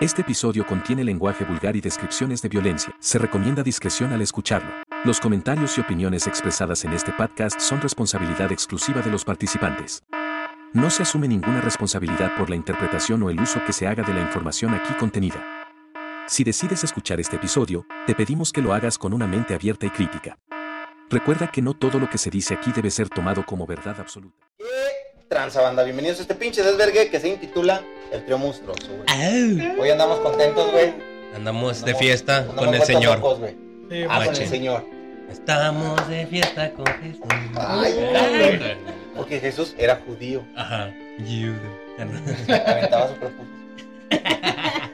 Este episodio contiene lenguaje vulgar y descripciones de violencia. Se recomienda discreción al escucharlo. Los comentarios y opiniones expresadas en este podcast son responsabilidad exclusiva de los participantes. No se asume ninguna responsabilidad por la interpretación o el uso que se haga de la información aquí contenida. Si decides escuchar este episodio, te pedimos que lo hagas con una mente abierta y crítica. Recuerda que no todo lo que se dice aquí debe ser tomado como verdad absoluta. ¿Qué tranza banda? Bienvenidos a este pinche desvergue que se intitula El Trío Monstruoso, güey. Au. Hoy andamos contentos, güey. Andamos de Andamos- fiesta andamos con el vueltos Señor. locos, güey. Sí, Ah, con macho. el Señor. Estamos de fiesta con Jesús. Ay, Ay, güey. Porque Jesús era judío. Ajá. You. Aventaba su propósito.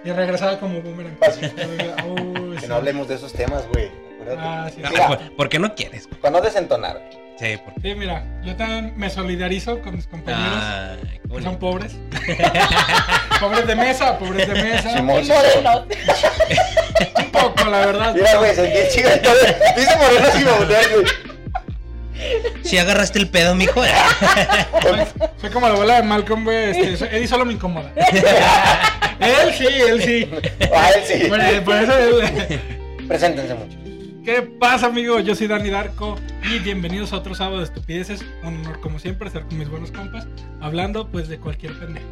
y regresaba como boomerang. Así. Uy, Pues, Que sí. no hablemos de esos temas, güey. Acuérdate. Ah, sí, sí. Mira. ¿Por, por qué no quieres? güey? Para no desentonar. Sí, porque. Sí, mira, yo también me solidarizo con mis compañeros Ah, qué que bonito. son pobres. pobres de mesa, pobres de mesa. Simón. Un poco, la verdad. Mira, güey, se qué chido. Dice Moreno si me volteas, güey. Si agarraste el pedo, mijo. Soy, soy como la abuela de Malcolm, güey. Este, soy- Eddie solo me incomoda. él sí, él sí. Ah, él sí. Bueno, eh, por eso él- Preséntense mucho. ¿Qué pasa, amigo? Yo soy Dani Darko y bienvenidos a otro sábado de estupideces. Un honor, como siempre, estar con mis buenos compas, hablando pues de cualquier pendejo.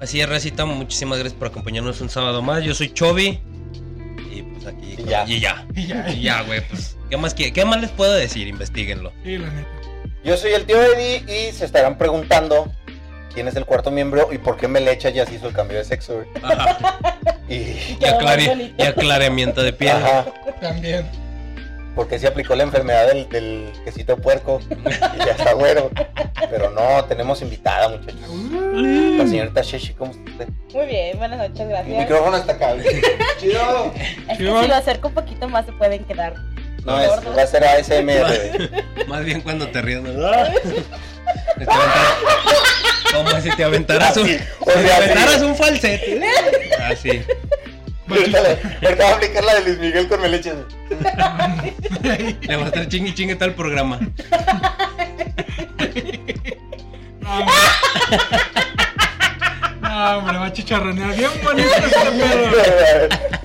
Así es, Racita. Muchísimas gracias por acompañarnos un sábado más. Yo soy Chobi. Y pues aquí. Y ya. Y ya. Y ya, Y ya, güey. Pues, ¿qué más, que- ¿qué más les puedo decir? Investíguenlo. Sí, la neta. Yo soy el tío Eddie y se estarán preguntando quién es el cuarto miembro y por qué Melecha ya se hizo el cambio de sexo, güey. Ajá. Y. Y, aclare- y aclareamiento de piel. Ajá. También. Porque se aplicó la enfermedad del, del quesito puerco y ya está güero. Pero no, tenemos invitada, muchachos. La señorita Sheshi, ¿cómo está usted? Muy bien, buenas noches, El gracias. micrófono está acá. güey. Chido. Es que si lo acerco un poquito más se pueden quedar. No, es, va a ser ASMR. Más bien cuando te ríes. ¿no? Te aventas- Como si te aventaras un, Así, si o sea, te así. aventaras un falsete. Así. Ahorita le- ahorita va a aplicar la de Luis Miguel con Meleche. Le va a estar chingue chingue tal programa. No, hombre. No, hombre, va a chicharronear bien bonito este perro.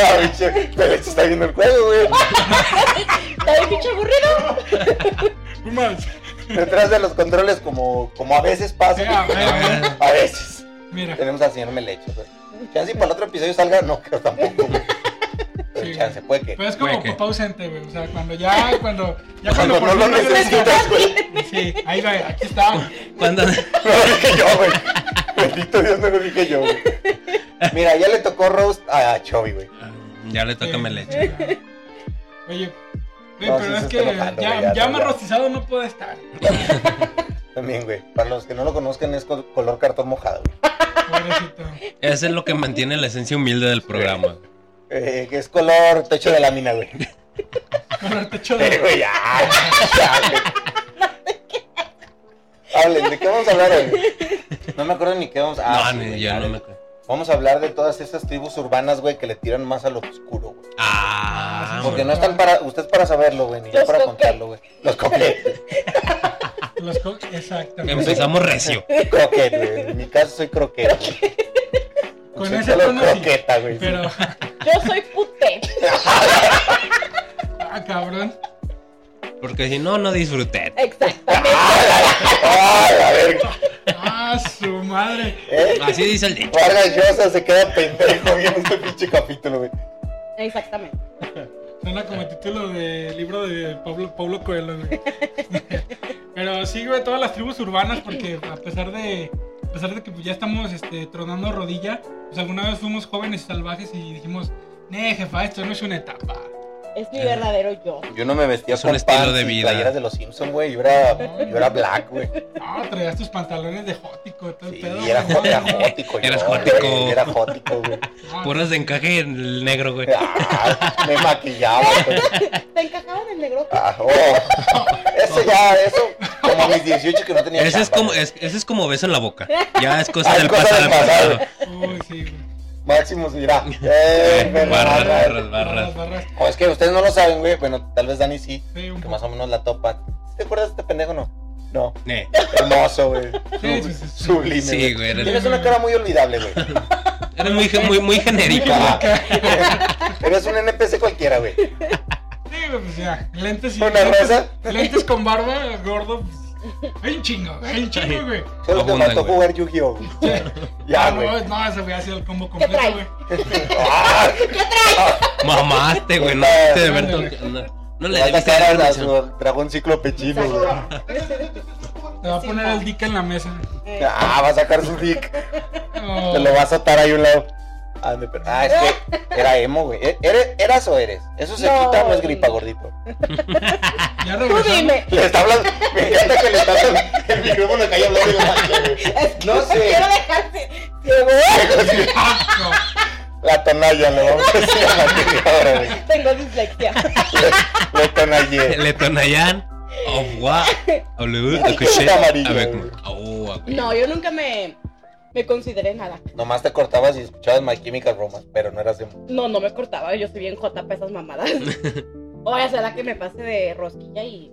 Ah, bicho, Meleche está viendo el juego, güey. ¿Está bien pinche aburrido? Pumas. Detrás de los controles, como, como a veces Mira, pasa. mira, A veces. mira. Tenemos al señor Meleche, güey. Chance y para el otro episodio salga, no, creo tampoco. güey. Sí. Pero chance, puede que. Pero es como Güey, ¿qué? papá ausente, güey. O sea, cuando ya, cuando. Ya Cuando no por lo fin regresa. necesitas, güey. Sí, ahí va, aquí está. Cuando, No lo dije yo, güey. Bendito Dios, no lo dije yo, güey. Mira, ya le tocó roast a Chovy, güey. ya le toca Sí. leche. Eh, Oye. güey, No, sí pero se es está que enojando, ya, güey, ya, ya no, más ya. rostizado no puede estar. También, güey. Para los que no lo conozcan, es col- color cartón mojado, güey. Pobrecito. Eso es lo que mantiene la esencia humilde del programa. Eh, que es color techo de lámina, güey. Con el techo Eh, de. güey, ya. ya, güey. Hablen, ¿de qué vamos a hablar hoy? No me acuerdo ni qué vamos a no, Ah, sí, ni- güey, yo no dale. me acuerdo. Vamos a hablar de todas esas tribus urbanas, güey, que le tiran más a lo oscuro, güey. Ah, Porque bueno. no están para. Usted es para saberlo, güey, ni yo Los para coquetes. contarlo, güey. Los coquetes. Los co- Exactamente. empezamos recio. Croquet, güey. En mi caso soy croquet, güey. Con Soy ese solo tono sí. croqueta, güey. Pero. Yo soy pute. Ah, cabrón. Porque si no, no disfruté. Exactamente. ¡Ah, la verga! Ah, su madre. ¿Eh? Así dice el dicho. Vargas Llosa se queda pendejo viendo este pinche capítulo, güey. Exactamente. Suena como título de libro de Pablo, Pablo Coelho, güey. Pero sí, güey, todas las tribus urbanas, porque a pesar de, a pesar de que pues, ya estamos este, tronando rodilla, pues alguna vez fuimos jóvenes y salvajes y dijimos, ne, jefa, esto no es una etapa. Es mi verdadero yo. Yo no me vestía Es un estilo pants de y vida. playeras de los Simpsons, güey. Yo era, yo era black, güey. No, traías tus pantalones de jótico, todo el Sí, pedo. y era, jo- güey. era jótico. Eras güey, jótico. Era jótico, güey. No, Puros de encaje en el negro, güey. Ah, me maquillaba, pues. güey. ¿Te encajaban el negro? Ah, oh. Eso ya, eso. Como a mis 18 que no tenía Ese es chamba, como, güey. es- ese es como beso en la boca. Ya es cosa Ah, es del cosa pasado. del pasado. pasado. Uy, sí, güey. Máximo se dirá. Eh, pero- Barras, barras, barras. Barras, barras. O es que ustedes no lo saben, güey. Bueno, tal vez Dani sí. Sí, un que poco. más o menos la topa. ¿Sí ¿Te acuerdas de este pendejo no? No, Eh, hermoso, güey. Sí, sí, sí, sí. Sublime. Sí, güey. güey, eres- Tienes una cara muy olvidable, güey. Eres muy, ge- muy, muy genérico. Ah, Eres un NPC cualquiera, güey. Sí, güey, pues ya. Lentes y. ¿Una lentes- raza? Lentes con barba, gordo. pues, Hay un chingo, hay un chingo, güey. Solo te Abundan, faltó güey. jugar Yu-Gi-Oh! güey. Ya, Ah, güey. no, no, ese güey ha sido el combo completo, trae? güey. Ah, Mamaste, güey. No, te de ver to- no, no le le vas a debiste cara dar a permiso. su dragón ciclopechino, güey. Te va a poner el dick en la mesa. Oh, Eh, Ah, va a sacar su dick. No. Te lo va a azotar ahí a un lado. Ah, me per- ah, es que era emo, güey. E- ¿Eres, ¿Eras o eres? Eso se No, quita, no es güey. gripa, gordito. Ya Tú regresamos. dime. Le está hablando. Me encanta que le está hablando. El micrófono está ahí hablando de la magia, güey. No sé. Quiero dejarte. Ciego. Ah, La tonalla le vamos a decir a la tele ahora, güey. Tengo dislexia. Le, le tonallé. Le tonayán. Oh, guau. Hablé de Está amarillo, A ver, güey. como- oh, a ver. No, yo nunca me, me consideré nada. Nomás te cortabas y escuchabas My Chemical Romance, pero no eras emo. No, no me cortaba. Yo soy bien jota para esas mamadas. O sea, será que me pase de rosquilla y.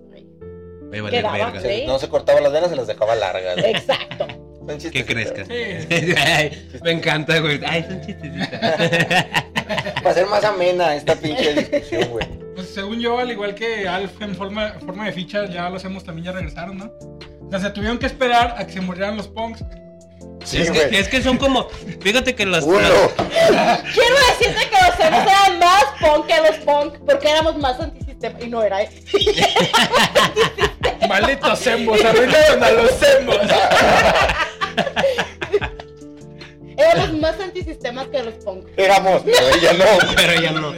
Voy a valer Quedaba, verga. sí. Se- No se cortaba las venas, se las dejaba largas. güey. Exacto. Son chistes, Que crezcas. Sí. Ay, Me encanta, güey. Ay, son chistecitas. güey. Para ser más amena esta pinche discusión, güey. Pues según yo, al igual que Alf en forma, forma de ficha, ya los hemos también ya regresaron, ¿no? O sea, se tuvieron que esperar a que se murieran los punks. Sí, es, güey. que, es que son como. Fíjate que las. Uno. las- Quiero decirte que los ceros eran más punk que los punk porque éramos más antisistema. Y no era. eh. Malditos sembos, arruinaron a los sembos. Éramos más antisistemas que los punk. Éramos, pero ya no. pero ya no.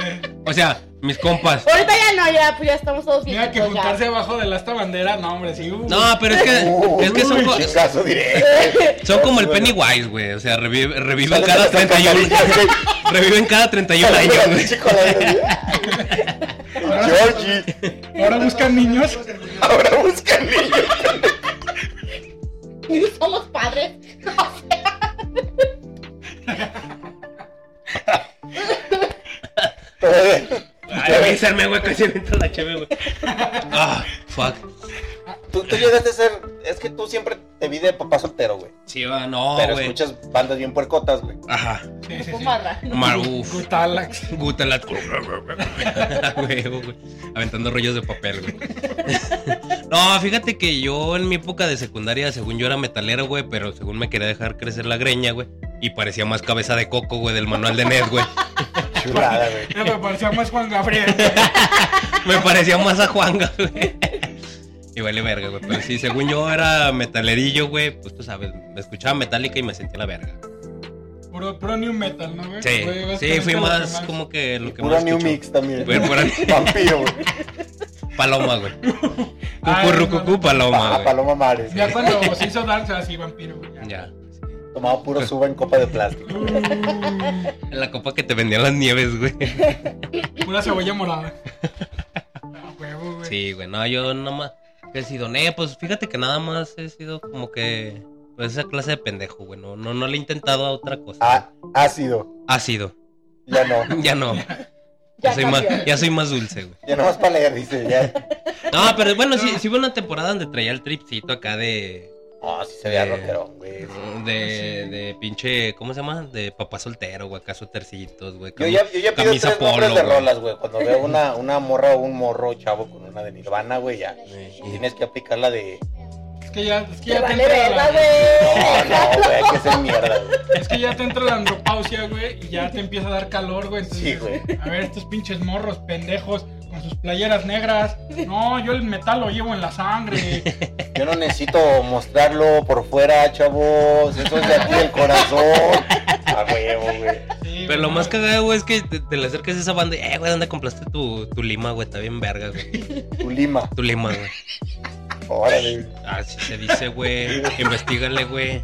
O sea, mis compas. Ahorita ya no, ya, pues ya estamos todos Mira que viejitos ya. juntarse abajo de la esta bandera, no, hombre, sí. uh. No, pero es que, es que son, co- Caso directo. son como el Pennywise, güey. O sea, revive- reviven cada Salen de las 31. alcantarillas, güey. Reviven cada 31 Salen de años, la güey. pinche coladera, güey. Georgie, Ahora buscan niños. ahora busca niños. Ni somos padres. O sea, Ay, avísame, güey, casi me entra la chave, güey. Ah, fuck. Tú, tú llegaste a ser. Es que tú siempre te vi de papá soltero, güey. Sí, va, no, pero güey. escuchas bandas bien puercotas, güey. Ajá. Sí, sí, grupo sí. marrano. Mar, uf. Gutalax. Gutalat. Güey, güey. Aventando rollos de papel, güey. No, fíjate que yo en mi época de secundaria, según yo era metalero, güey, pero según me quería dejar crecer la greña, güey. Y parecía más cabeza de coco, güey, del manual de Ned, güey. Chulada, güey. Ya me parecía más Juan Gabriel. Me parecía más a Juanga, güey. Y vale verga, güey. Pero sí, según yo era metalerillo, güey, pues tú sabes, me escuchaba metálica y me sentía la verga. Puro, puro new metal, ¿no, güey? Sí, Güey, ves sí, que fui ahorita lo que más como que lo que Pura más New escucho. Mix también. Pero pura- Vampiro, güey. Paloma, güey. Ay, Cucurru, cucú, paloma, Ah, güey. Paloma Mares. Ya güey. cuando se hizo Dark, así vampiro, güey. ya. Ya. Tomaba puro suba en copa de plástico. La copa que te vendían las nieves, güey. Pura cebolla morada. Ah, huevo, güey. Sí, güey. No, yo nada más. Que si doné, pues fíjate que nada más he sido como que. Pues esa clase de pendejo, güey. No, no, no le he intentado a otra cosa. Ah, ácido. Ha sido. Ya no. Ya no. Ya Ya soy, más, cambió. ya soy más dulce, güey. Ya nomás para leer, dice. Ya. No, pero bueno, sí, sí hubo una temporada donde traía el tripcito acá de. No, Ah, sí se veía Eh. rockerón, güey. De, de pinche, ¿cómo se llama? De papá soltero, güey, acá tercitos, güey. Yo cam- ya, yo ya pido camisa tres nombres polo, de güey. rolas, güey. Cuando veo una, una morra o un morro chavo con una de Nirvana, güey, ya. Sí. Tienes que aplicar la de... Es que ya, es que Te ya te vale entra verga, la- No, güey. no, güey, hay que ser mierda, güey. Es que ya te entra la andropausia, güey, y ya te empieza a dar calor, güey. entonces Sí, dices, güey. A ver, estos pinches morros pendejos con sus playeras negras. No, yo el metal lo llevo en la sangre. Yo no necesito mostrarlo por fuera, chavos. Eso es de aquí del corazón. A huevo, güey. Sí, Pero lo güey, más cagado, güey, es que te, te le acercas a esa banda y, eh, güey, ¿dónde compraste tu, tu lima, güey? Está bien verga, güey. Tu lima. Tu lima, güey. Órale. Así se dice, güey. Investígale, güey.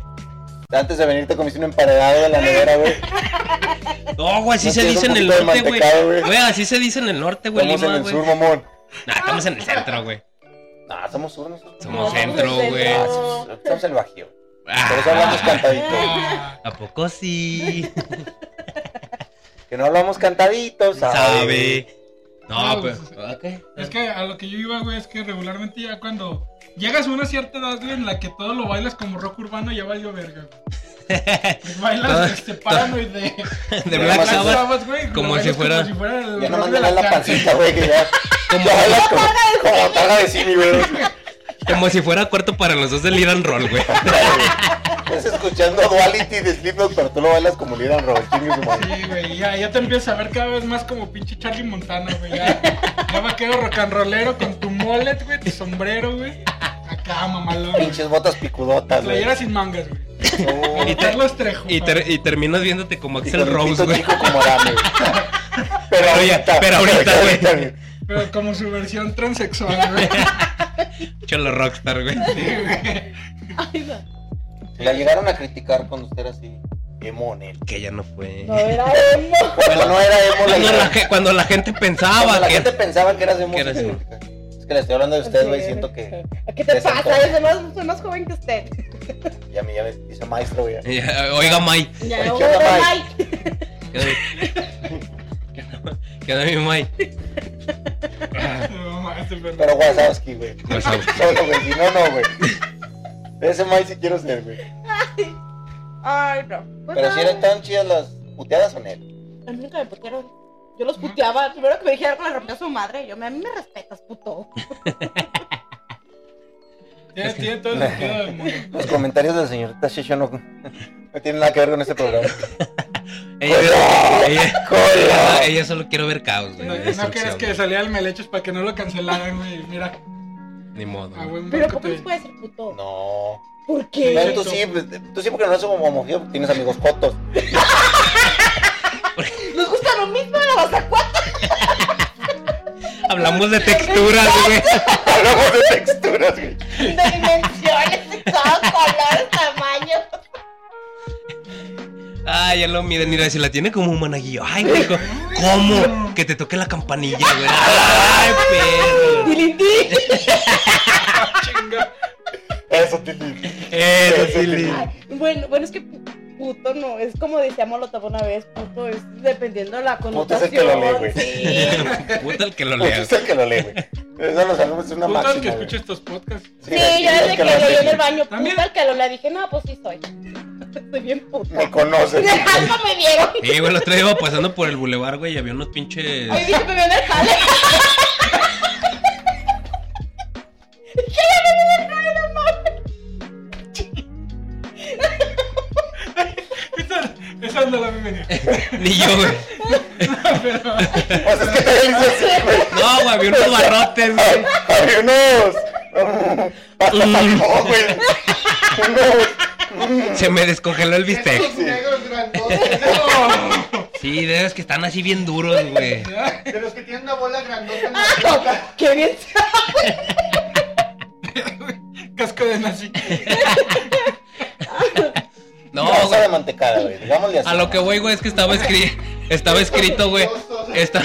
Antes de venirte comiste un emparedado de la nevera, güey. No, güey, así No se tienes dice un en el poquito de norte, güey. mantecado, güey. Güey, así se dice en el norte, güey, Estamos en lima, el güey. sur, mamón. Nah, estamos en el centro, güey. No, somos sur nosotros. Ah, Somos No, centro, somos güey. centro. Estamos en el bajío. Por eso Ah, hablamos cantaditos. Ah, ¿A poco sí? Que no hablamos cantaditos, ¿sabe? Sabe. No, No, pero. pues, Es que a lo que yo iba, güey, es que regularmente ya cuando Llegas a una cierta edad, güey, en la que todo lo bailas como rock urbano y ya valió verga, güey. Pues Todo- Bailas este paranoid de, De Black Sabbath. güey, lo como bailas si fuera- como si fuera el Ya rock nomás de me das la cárcel. pancita, güey, que ya. Como- ya bailas como, como targa de cine, güey. Como si fuera cuarto para los dos del Iran Roll, güey. Estás escuchando Duality de Slipknot, pero tú lo bailas como Liran Robert. Chingue su madre. Sí, güey, ya, ya te empiezas a ver cada vez más como pinche Charlie Montana, güey. Ya, ya vaquero rock and rollero con tu mullet, güey, tu sombrero, güey. Acá, mamalón. güey. Pinches botas picudotas, Oh. güey. Playera sin mangas, güey. No, Y Y te- Carlos Trejo. Y, ter- y terminas viéndote como Axel Rose, pito güey. chico como Adame, güey. Pero ya- pero ahorita, güey. güey. Pero como su versión transexual, güey. Cholo rockstar, güey. Ay, no. La llegaron a criticar cuando usted era así, emo en él. Que ya no fue. No era emo. Cuando no era emo, la Cuando la, llegaron. ge- cuando la gente pensaba Cuando la que. gente pensaba que eras emo. que eras sí, emo. Es que le estoy hablando de usted, güey. Siento que. ¿Qué te te pasa? sentó. Yo soy más, soy más joven que usted. Ya me, ya me dice maestro, güey. Ya, Eh, Oiga, May. Ya ¿Qué no onda, vuelvo, Mike? Mike. Que no mi May. No, mames, este perro. Pero Wazowski, güey. Wazowski. Solo, güey. Si no, no, güey. De Ese Mike sí quiero ser, güey. Ay, no. Pues Pero si nada, eran tan chidas las puteadas en él. A mí nunca me putearon. Yo los puteaba. Primero que me dijeron que le rompió a su madre. Yo, a mí me respetas, puto. Tiene, tiene todo el sentido del mundo. Los comentarios de la señorita Shisho no, no tienen nada que ver con este programa. Ella, ¡Cola! ella- ¡Cola! ella solo quiero ver caos, güey. No, no Destrucción, quieres que güey. saliera el Melechos para que no lo cancelaran, güey. Mira, Ni modo. a güey. buen Pero barco ¿cómo te- les puede decir puto? No. ¿Por Pero qué? tú sí, pues, tú sí porque no eres como mujer, tienes amigos cotos. ¿Nos gusta lo mismo de la basacuata? Hablamos de texturas, güey. Hablamos de texturas, güey. De dimensiones, de todos colores, tamaños. Ay, ya lo miden. Mira, si la tiene como un monaguillo. Ay, güey. co- ¿Cómo? Que te toque la campanilla, güey. Ay, perro. Dilindí. Chinga. Eso, Titi. Eso Eh, sí, le- Ay, Bueno, bueno, es que pu- puto no, es como decía Molotov una vez, puto es dependiendo de la Puto es connotación. el que lo lee, güey. sí. Puta el que lo Usted lea. es el que lo lee, güey. Eso lo sabemos, es una Puto el máxima. que güey. escucha estos podcasts. Sí, yo es desde que lo vi en el baño, También. puto al que lo le dije, no, pues sí soy. Estoy bien puto. Me conoce. De algo me vieron. Y, güey, el otro día iba pasando por el bulevar, güey, y había unos pinches. Hoy dije, me vieron el jale. Dije, ya me vieron el jale, no mames. Esa, esa no la vi venir. Ni yo, güey. Pero, Pues es que te hizo así, güey. No, güey, había unos barrotes, güey. Había unos. Mm. No, güey. Unos. Se me descongeló el bistec. estos negros grandotes. No. Sí, de esos que están así bien duros, güey. De los que tienen una bola grandota en la boca. Ah, Qué bien se Casco de nazi. No, Grasa güey. de mantecada, güey. Digámosle así. A lo que voy, güey, es que estaba escrito. Estaba escrito, güey. Esta-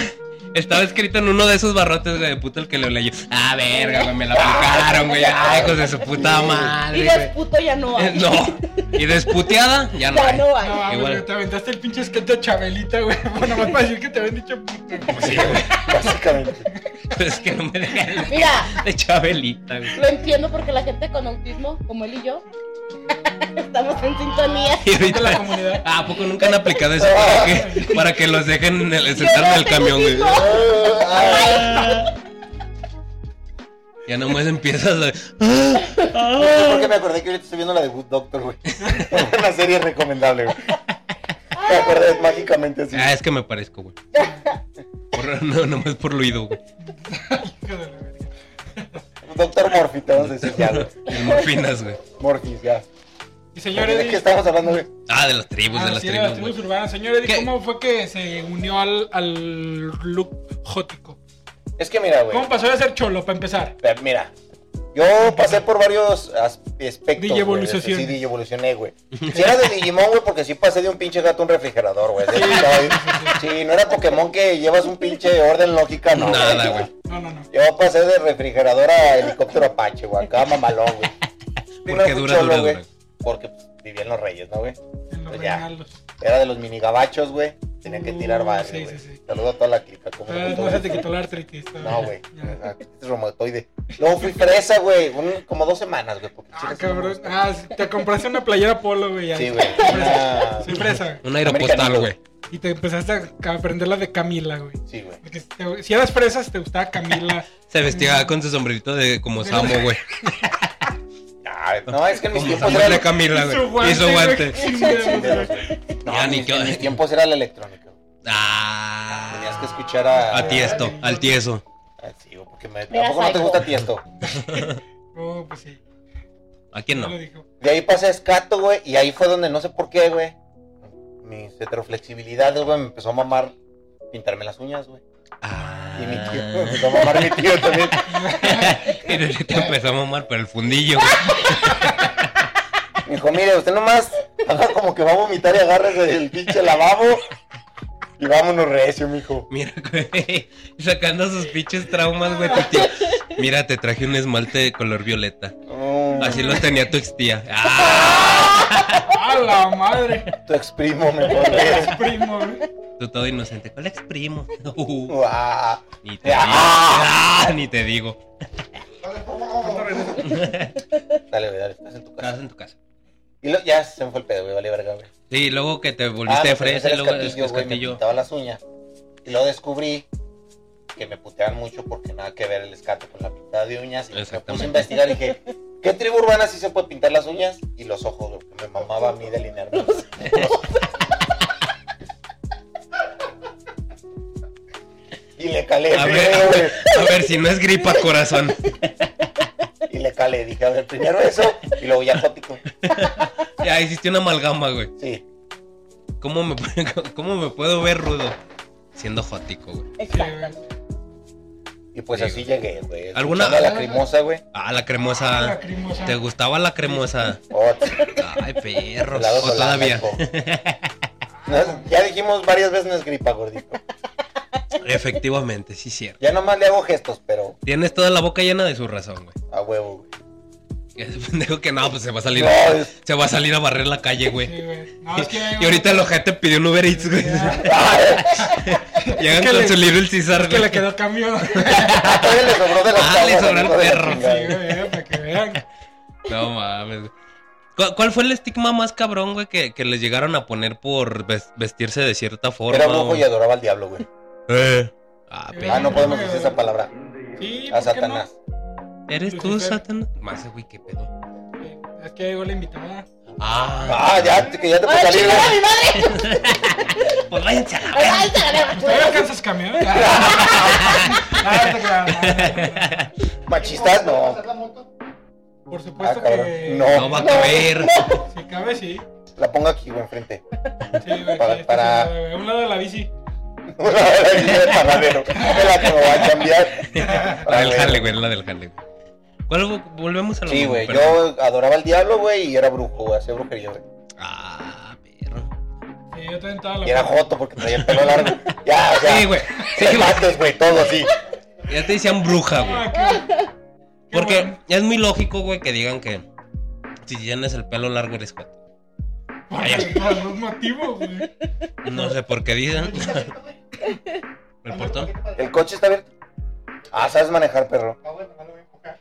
Estaba escrito en uno de esos barrotes, güey, de puto el que lo leyó. Ah, verga, güey, me la aplicaron, güey. Ay, hijos de su puta Y madre, desputo ya no güey. hay. No. Y desputeada, ya no. Ya hay. no No, hay. mames, Igual. güey, te aventaste el pinche sketch de Chabelita, güey. Bueno, más para decir que te habían dicho puto. Sí, güey. Básicamente. Es que no me dejan Mira, de Chabelita, güey. Lo entiendo porque la gente con autismo, como él y yo, estamos en sintonía. Y De la ahorita. comunidad. Ah, ¿a poco nunca han aplicado eso para que, para que los dejen en el- sentar en el camión, güey? Ah, Ya nomás empiezas a... Porque me acordé que ahorita estoy viendo la de Good Doctor, güey. Una serie recomendable, güey. Me acordé mágicamente así. Ah, es que me parezco, güey. Por- no, nomás por luido, güey. Hijo de la verga. Doctor Morphy, te vamos a decir ya, güey. El morfinas, güey. Morphy, ya. Y Señores, señores, ¿de qué estamos hablando, güey? Ah, de las tribus, de las de las tribus, tribus güey. urbanas. Señor Eddie, ¿Qué? ¿cómo fue que se unió al, al look jótico? Es que mira, güey. ¿Cómo pasó de ser cholo, para empezar? Pero mira, yo pasé por varios as- aspectos. güey, Digievoluciones. desde- Sí, digievolucioné, güey. Si era de Digimon, güey, porque sí pasé de un pinche gato a un refrigerador, güey. Sí, sí, no era Pokémon que llevas un pinche orden lógica, no. Nada, güey. No, no, no. Yo pasé de refrigerador a helicóptero Apache, güey. Acá mamalón, güey. Porque fui dura, dura, dura. Porque pues, vivía en Los Reyes, ¿no, güey? En los Pues ya. regalos. Era de los mini gabachos, güey. Tenía que tirar Uh, Mm, barrio, sí, güey. sí, sí. Saludo a toda la clica. Ah, como Pero todo no se gusto. te quitó la artritis. todavía. No, güey. Ah, Ya. Es reumatoide. Luego fui fresa, güey. un- Como dos semanas, güey. porque Ah, chile, sí me cabrón. gusta. Ah, te compraste una playera polo, güey. ya. Sí, güey. Ah, una- Soy fresa. Un aeropostal, Americanito. güey. Y te empezaste a ca- aprender la de Camila, güey. Sí, güey. Porque si te- si eras fresas, te gustaba Camila. Se vestía con su sombrerito de como Samo, güey. Ah, No, es que en mis Como tiempos Samo era. de Camila, güey. Y su guante. güey, chingado, güey. No, Ya en ni mis- que- en mis tiempos era la electrónica. güey. Ah. Tenías que escuchar a. A tiesto, al tieso. Ah, Sí, güey, porque me. Era ¿A poco no te psycho. gusta tiesto? No, pues sí. ¿A quién no? lo dijo. De ahí pasé a escato, güey, y ahí fue donde no sé por qué, güey. Mis heteroflexibilidades, güey, me empezó a mamar pintarme las uñas, güey. Ah. Y mi tío, me empezó a mamar mi tío también. Y te empezó a mamar por el fundillo, güey. Me dijo, mire, usted nomás haga como que va a vomitar y agárrese del pinche lavabo. Y vámonos recio, mijo. Mira, güey. Sacando sus pinches traumas, güey. tu tío. Mira, te traje un esmalte de color violeta. Mm, Así lo tenía tu ex tía. Ah, ¡A la madre! tu ex primo, mejor Es recio. primo, güey. tú todo inocente. ¿Cuál ex primo? Uh, Guau. ni te digo. Ah. Ah, ni te digo. Cuando regresas, Dale, güey, dale, estás en tu casa. Estás en tu casa. Y lo- ya se me fue el pedo, güey, vale verga, güey. Sí, luego que te Ah, volviste me de fui a fresa, hacer y luego escatillo, después güey, me escatillo. pintaba las uñas. Y luego descubrí que me puteaban mucho porque nada que ver el escato con la pintada de uñas. Y me puse Exactamente. a investigar y dije, ¿qué tribu urbana sí se puede pintar las uñas? Y los ojos, güey, que me mamaba a mí delinearme. los ojos. y le calé, A ver, primero, a güey. ver, a ver, si no es gripa, corazón. Y le calé, dije, a ver, primero eso y luego ya gótico. Ya hiciste una amalgama, güey. Sí, ¿Cómo me, puedo- ¿Cómo me puedo ver rudo? Siendo jótico, güey. sí, Exacto. güey. y pues Sí, así llegué, güey. ¿Alguna- escuchando a La cremosa, güey. Ah, la cremosa. La cremosa. ¿Te gustaba la cremosa? Otra. Ay, perro. Helados O Holanda, todavía. hijo. No, ya dijimos varias veces no es gripa, gordito. Efectivamente, sí, cierto. Ya nomás le hago gestos, pero Tienes toda la boca llena de su razón, güey. a huevo, güey. Ese pendejo que no, pues se va a salir. No, a- es- Se va a salir a barrer la calle, güey. Sí, güey. No, es que hay Y ahorita el ojete pidió un Uber Eats, güey. Llegan Es que con le- su libro el Es César, que le güey. quedó cambio. Sí, Ah, todavía le sobró de los Ah, chavos, le sobró el hijo de la perro. chingada. güey, para que vean. No mames. ¿Cu- ¿Cuál fue el estigma más cabrón, güey, que, que les llegaron a poner por ves- vestirse de cierta forma? Era brujo o- y adoraba al diablo, güey. Eh. Ah, pero- Ah, no podemos decir esa palabra. Sí, A ¿por qué Satanás. ¿Eres tú, Lucifer. Satanás? Más, güey, qué pedo. no? Sí, Es que llegó la invitada. Ah, Ah, ya, que ya te puedes ¡Ay, salir, chingada, mi güey. madre! pues váyanse a la Ay, ay, se la veo. Pues, ¿Todavía alcanzas camión? Ah, te creas. Machistas, no. ¿Pasar la moto? Por Ah, supuesto que. cabrón. No. No va a caber. Si cabe, sí. La pongo aquí, güey, enfrente. Sí, güey, Para- aquí está para- sentada, güey, A un lado de la bici. Una de las líneas de panadero. Es la que me va a cambiar. La del jale, güey, la del jale, güey. ¿Cuál vo- volvemos a lo Sí, mismo, güey. pero- Yo adoraba al diablo, güey, y era brujo, güey. Hacía brujería, güey. Ah, perro. Sí, yo también estaba la. Y era joto porque traía el pelo largo. Ya, o sea. Sí, güey. Te Sí, güey. mates, güey, todo así. Ya te decían bruja, güey. Ah, qué- qué Porque bueno. es muy lógico, güey, que digan que si tienes el pelo largo eres joto. Por Ay. por algún motivo, güey. No sé por qué dicen. ¿El ¿El portón? El coche está abierto. Ah, sabes manejar, perro. Ah, bueno, no lo voy a empujar.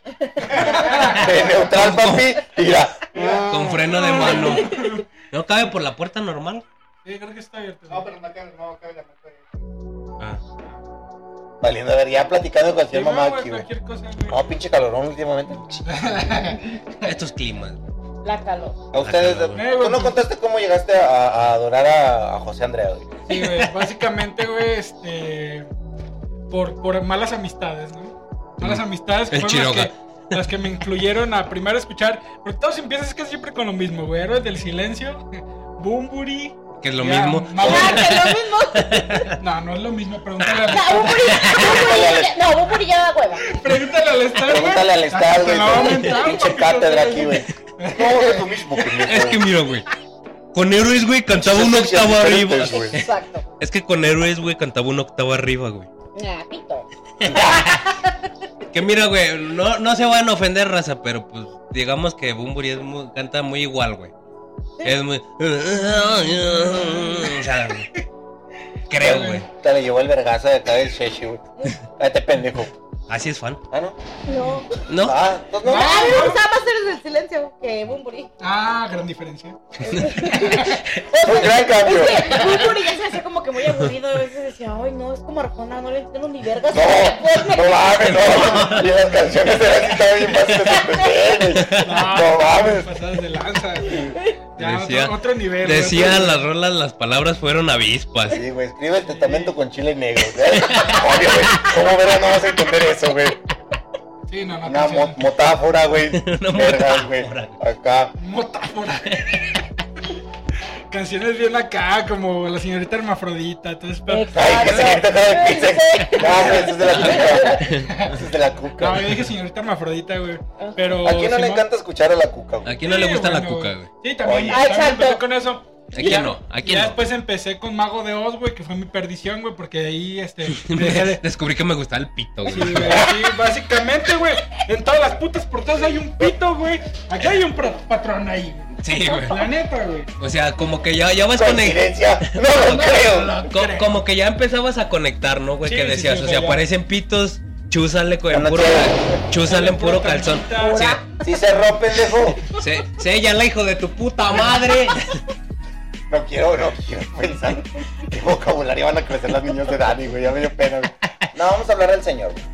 De neutral, papi. Mira. Ah. Con freno de mano. No cabe por la puerta normal. Sí, creo que está abierto. No, pero no cabe, no cabe la moto. ahí. Ah. Valiendo a ver, ya platicando de cualquier Sí, no, mamá güey, aquí, güey. Ah, cualquier cosa, No, güey. pinche calorón últimamente. Estos climas. La calor. A ustedes, calor. Eh, güey, tú no pues- contaste cómo llegaste a, a adorar a, a José Andrea, güey. Sí, güey, básicamente, güey, este. Por, por malas amistades, ¿no? Malas Mm. amistades que El fueron las Quiroga. que, las que me incluyeron a primero escuchar. Porque todos empiezas casi siempre con lo mismo, güey. Héroes del silencio, Bumburi. Que es lo ya, mismo. Mau- Ya, que Ah, lo mismo. No, no es lo mismo, pregúntale No, a Bumburi, Bumburi, no, Bumburi ya da hueva. Pregúntale al Star, güey. Pregúntale al Estado, Te güey. la va a pero- mentar, Pinche papito, cátedra te la- aquí, güey. No, es lo mismo que mi Es que güey. mira, güey. Con héroes, güey, cantaba un Muchas octavo secciones arriba. diferentes, güey. Exacto. Es que con héroes, güey, cantaba un octavo arriba, güey. Nah, pito. Que mira, güey, no, no se van a ofender, raza, pero pues digamos que Bumburi es muy- canta muy igual, güey. Es muy. O sea, creo, güey. Puta, le llevó el vergazo de acá del Sheshi, güey. Cállate, pendejo. Así es fan. Ah, no. No. ¿No? Ah, entonces no. Ah, a mí me gustaba más Héroes del Silencio que Bumburi. Ah, gran diferencia. Un gran cambio. Es que Bumburi ya se hacía como que muy aburrido. A veces decía, ay, no, es como Arjona, no le entiendo ni Pues vergas. No, no mames, no. Y las canciones eran así también fáciles de entender, güey. No mames. Pasadas de lanza, güey. Ya, Decía- otro, otro nivel. güey, Decía otro nivel. las rolas, las palabras fueron avispas. Sí, güey, escribe el testamento con chile negro. güey. Obvio, güey. ¿Cómo verás no vas a entender eso, güey? Sí, no, no. Una mo- canción. motáfora, güey. Una Vergas, güey. motáfora. Acá. Motáfora. Canciones bien acá, como la señorita hermafrodita, todo esto. Ay, que se me está dejando el Sí, sí. pizza. No, güey, eso es de la cuca. Eso es de la cuca. No, yo dije señorita hermafrodita, güey. Pero. ¿A quién no le Simón- encanta escuchar a la cuca, ¿A güey? quién no le Sí, gusta la bueno, cuca, güey. güey? Sí, también. Oye. Ah, también exacto. empecé con eso. ¿A Ya- quién no? ¿A quién ya no? después empecé con Mago de Oz, güey, que fue mi perdición, güey, porque ahí, este, me dejé de... Descubrí que me gustaba el pito, Sí, güey. güey, sí, básicamente, güey, en todas las putas portadas hay un pito, güey. Aquí hay un pro- patrón ahí. güey. Sí, güey. La neta, güey. O sea, como que ya, ya vas con el- Coincidencia. No lo creo. No co- creo. como que ya empezabas a conectar, ¿no, güey? Sí, que sí, decías, sí, o sea, ya. aparecen pitos, chúsale con en Cuando puro, quieras. chúsale en puro calzón. Pura Sí, Si se rompe, pendejo. se, sella la hijo de tu puta madre. No quiero, no quiero pensar qué vocabulario van a crecer las niños de Dani, güey. Ya me dio pena, güey. No, vamos a hablar del señor, güey.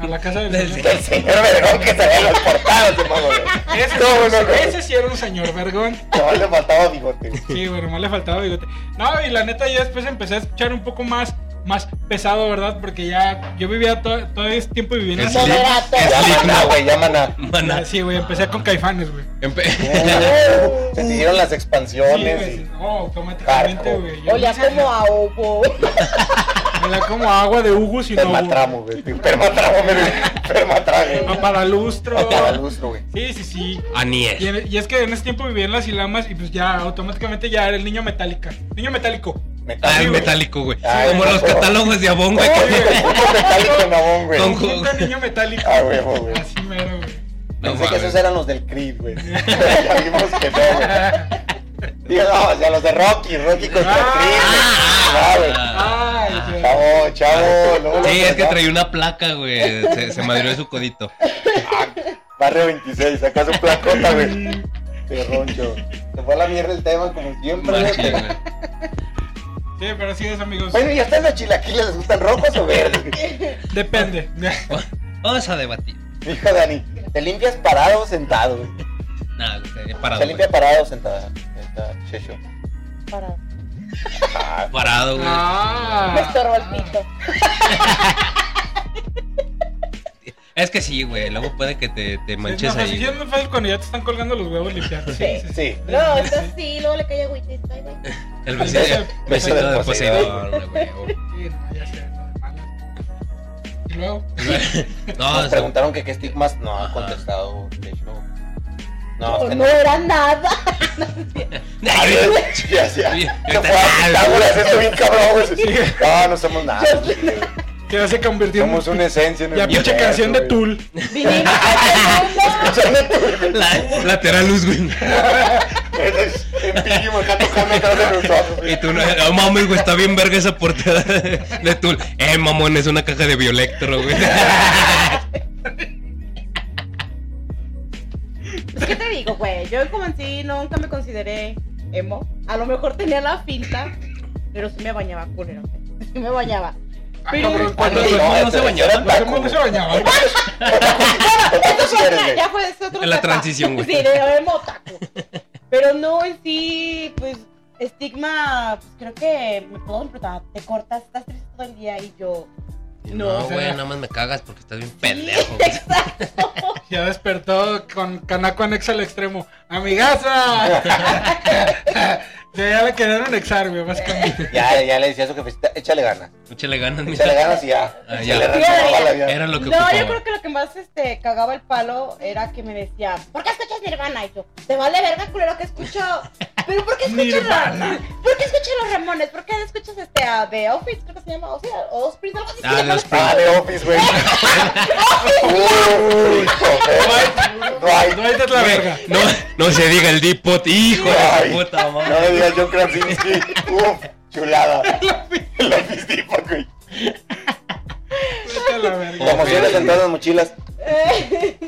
A la casa del Del señor. Del señor vergón que salía en las portadas, hermano, güey. Ese, No, no, no. ese sí era un señor vergón. No, le faltaba bigote, güey. Sí, güey, nomás le faltaba bigote. No, y la neta, yo después empecé a escuchar un poco más, más pesado, ¿verdad? Porque ya yo vivía to- todo ese tiempo viviendo Es Pues así. li- Moderato. es li- Llámana, güey, llámana. Maná. Sí, güey, empecé con caifanes, güey. Empe- Se te dieron las Sí, expansiones. güey, y- no, automáticamente, Hardcore. güey. Yo Olía empecé a- como a obo. Olía como a agua de Hugo sin agua. Permatramo, güey. Permatramo, güey. Permatramo. A paralustro. Paralustro, güey. Sí, sí, sí. Anies. Y, en- y es que en ese tiempo vivía en las Ilamas y pues ya automáticamente ya era el niño metálica. Niño metálico. Ah, el Metálico. metálico, güey. Ay, Como no, los pero- catálogos de Avon, güey. Oye, güey, puto metálico en Avon, güey. Con- Siempre niño metálico. Ah, huevo, güey. Así mero, güey. No Pensé que mames. esos eran los del Creed, güey. ya vimos que no, güey. Digo, no, o sea, los de Rocky, Rocky contra Ah, Creed, güey. No, Ah. Ay, güey. Chavo, Dios. chavo. luego Sí, los es que acá, traía una placa, güey. Se, se madrió su codito. Barrio 26, acá su placota, güey. Te roncho. Se fue a la mierda el tema, como siempre. güey. Machín, güey. Sí, pero así es, amigos. Bueno, ¿y a ustedes los chilaquiles les gustan rojos o verdes? Depende. Vamos a debatir. Dijo Dani, ¿te limpias parado o sentado? güey? Nada, güey, parado. ¿Te güey. limpia parado o sentado? Ahí está, Sheshu. Para. Parado, güey. Me Ah. estorba el pito. Es que sí, güey. Luego puede que te, te Es manches más ahí. fácil, es más fácil cuando ya te están colgando los huevos limpiados. Sí, sí, sí. Sí. No, eso sí, luego le cae agüitita, güey. El besito, Beso- el beso besito de de Poseidón. Poseidón, güey. güey. Sí, no, ya sé, no, de malas. Y luego, No, Nos o sea, preguntaron que qué estigmas no ha contestado Sheshu. No, No, usted Pues no era nada. ay, güey. Ya sea. Sí, Se fue ahorita- a Pitágoras, esto bien cabrón, güey. "Ah, No, no somos nada. güey. que ya se convirtió en Somos una esencia en el Ya pinche universo, canción de güey. Tool. Vinimos a este mundo. Canción de Tool, güey. La, lateral luz, güey. Es- En Piggy acá tocando atrás de nosotros, güey. Y tú no, no mames, güey, está bien verga esa portada de Tool. Eh, mamón, es una caja de Violectro, güey. Pues, ¿Qué te digo, güey? Yo como en sí nunca me consideré emo. A lo mejor tenía la finta, pero sí me bañaba culero. güey. Sí me bañaba. Pero cabrón, Ah, Cuando los niños no se bañaban, Era taco, ¿Cómo no se güey. bañaba? Taco eso si fue quieres, otra- güey. ya fue es otra En la etapa. transición, güey. Sí, de emo otaku. Pero no en sí, pues estigma, pues creo que me puedo preguntar, te cortas, estás triste todo el día y yo. No, o sea- güey, nada más me cagas porque estás bien sí, pendejo. güey. Exacto. Ya despertó con Canaco anexa al extremo. ¡Amigaza! ya, ya le querían anexar, güey, básicamente. Ya, ya le decía a su jefecita, échale ganas. Échale ganas, mira. Échale ganas y ya. Ah, Se ya. le renovaba la vida. Era lo que No, ocupaba. yo creo que lo que más este, cagaba el palo era que me decía, ¿por qué escuchas mi hermana? Y yo, te vale verga, culero, que escucho ¿Pero por qué escuchas Nirvana. la- ¿Por qué escuchas los Ramones? ¿Por qué escuchas este a The Office? Creo que se llama, o sea, Osprey, algo así. se Ah, The llama. Offspring. Ah, de Office, güey. Uy, hijo, güey. No, esta es la verga. No, no se diga el Dipot, hijo de Ay. su puta No madre. me digas John Krasinski. Uf, chulada. El Office Depot, güey. Vete a la verga. Como si Office. eres sentado en mochilas. Ah,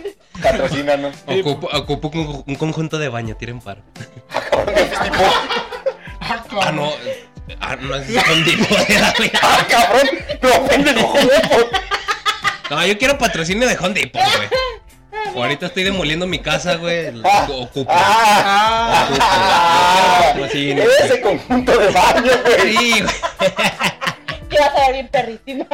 Eh, Patrocínanos. Eh, Ocupo, ocupo un, un conjunto de baño, tiren paro. Ah, Ah, cabrón. no. Ah, no, es un Depot. ¡Ah, cabrón! ¡No, pendejo! Depot. No, yo quiero patrocinio de Home Depot, güey. Ahorita estoy demoliendo mi casa, güey. Ah, Ocupo. ¡Ah! Ah, ah, Sí, no. ese conjunto de baño, güey. Sí, güey. que vas a ver bien perrísimo.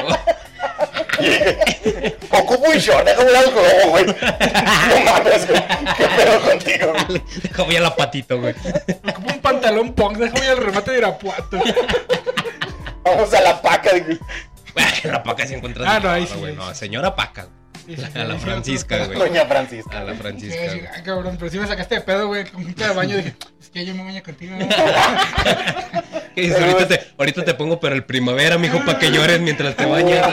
Ocupo un short, déjame ir al globo, güey. No mames, güey. ¿Qué pedo contigo? güey? Deja voy a la patito, güey. ocupo un pantalón punk, déjame ir al remate de Irapuato. Vamos a la paca. De... La paca se encuentra. Ah, no, ahí sí, güey. ahí No, sí. señora paca. Sí, sí, A la sí, Francisca, sí, güey. Doña Francisca. A la sí, Francisca. sí, güey. ah, cabrón, pero si me sacaste de pedo, güey. Con de baño dije, es que yo me baño contigo. güey. ¿Qué dices? Ahorita te, ahorita te pongo, pero el primavera, mijo, para que llores mientras te bañas.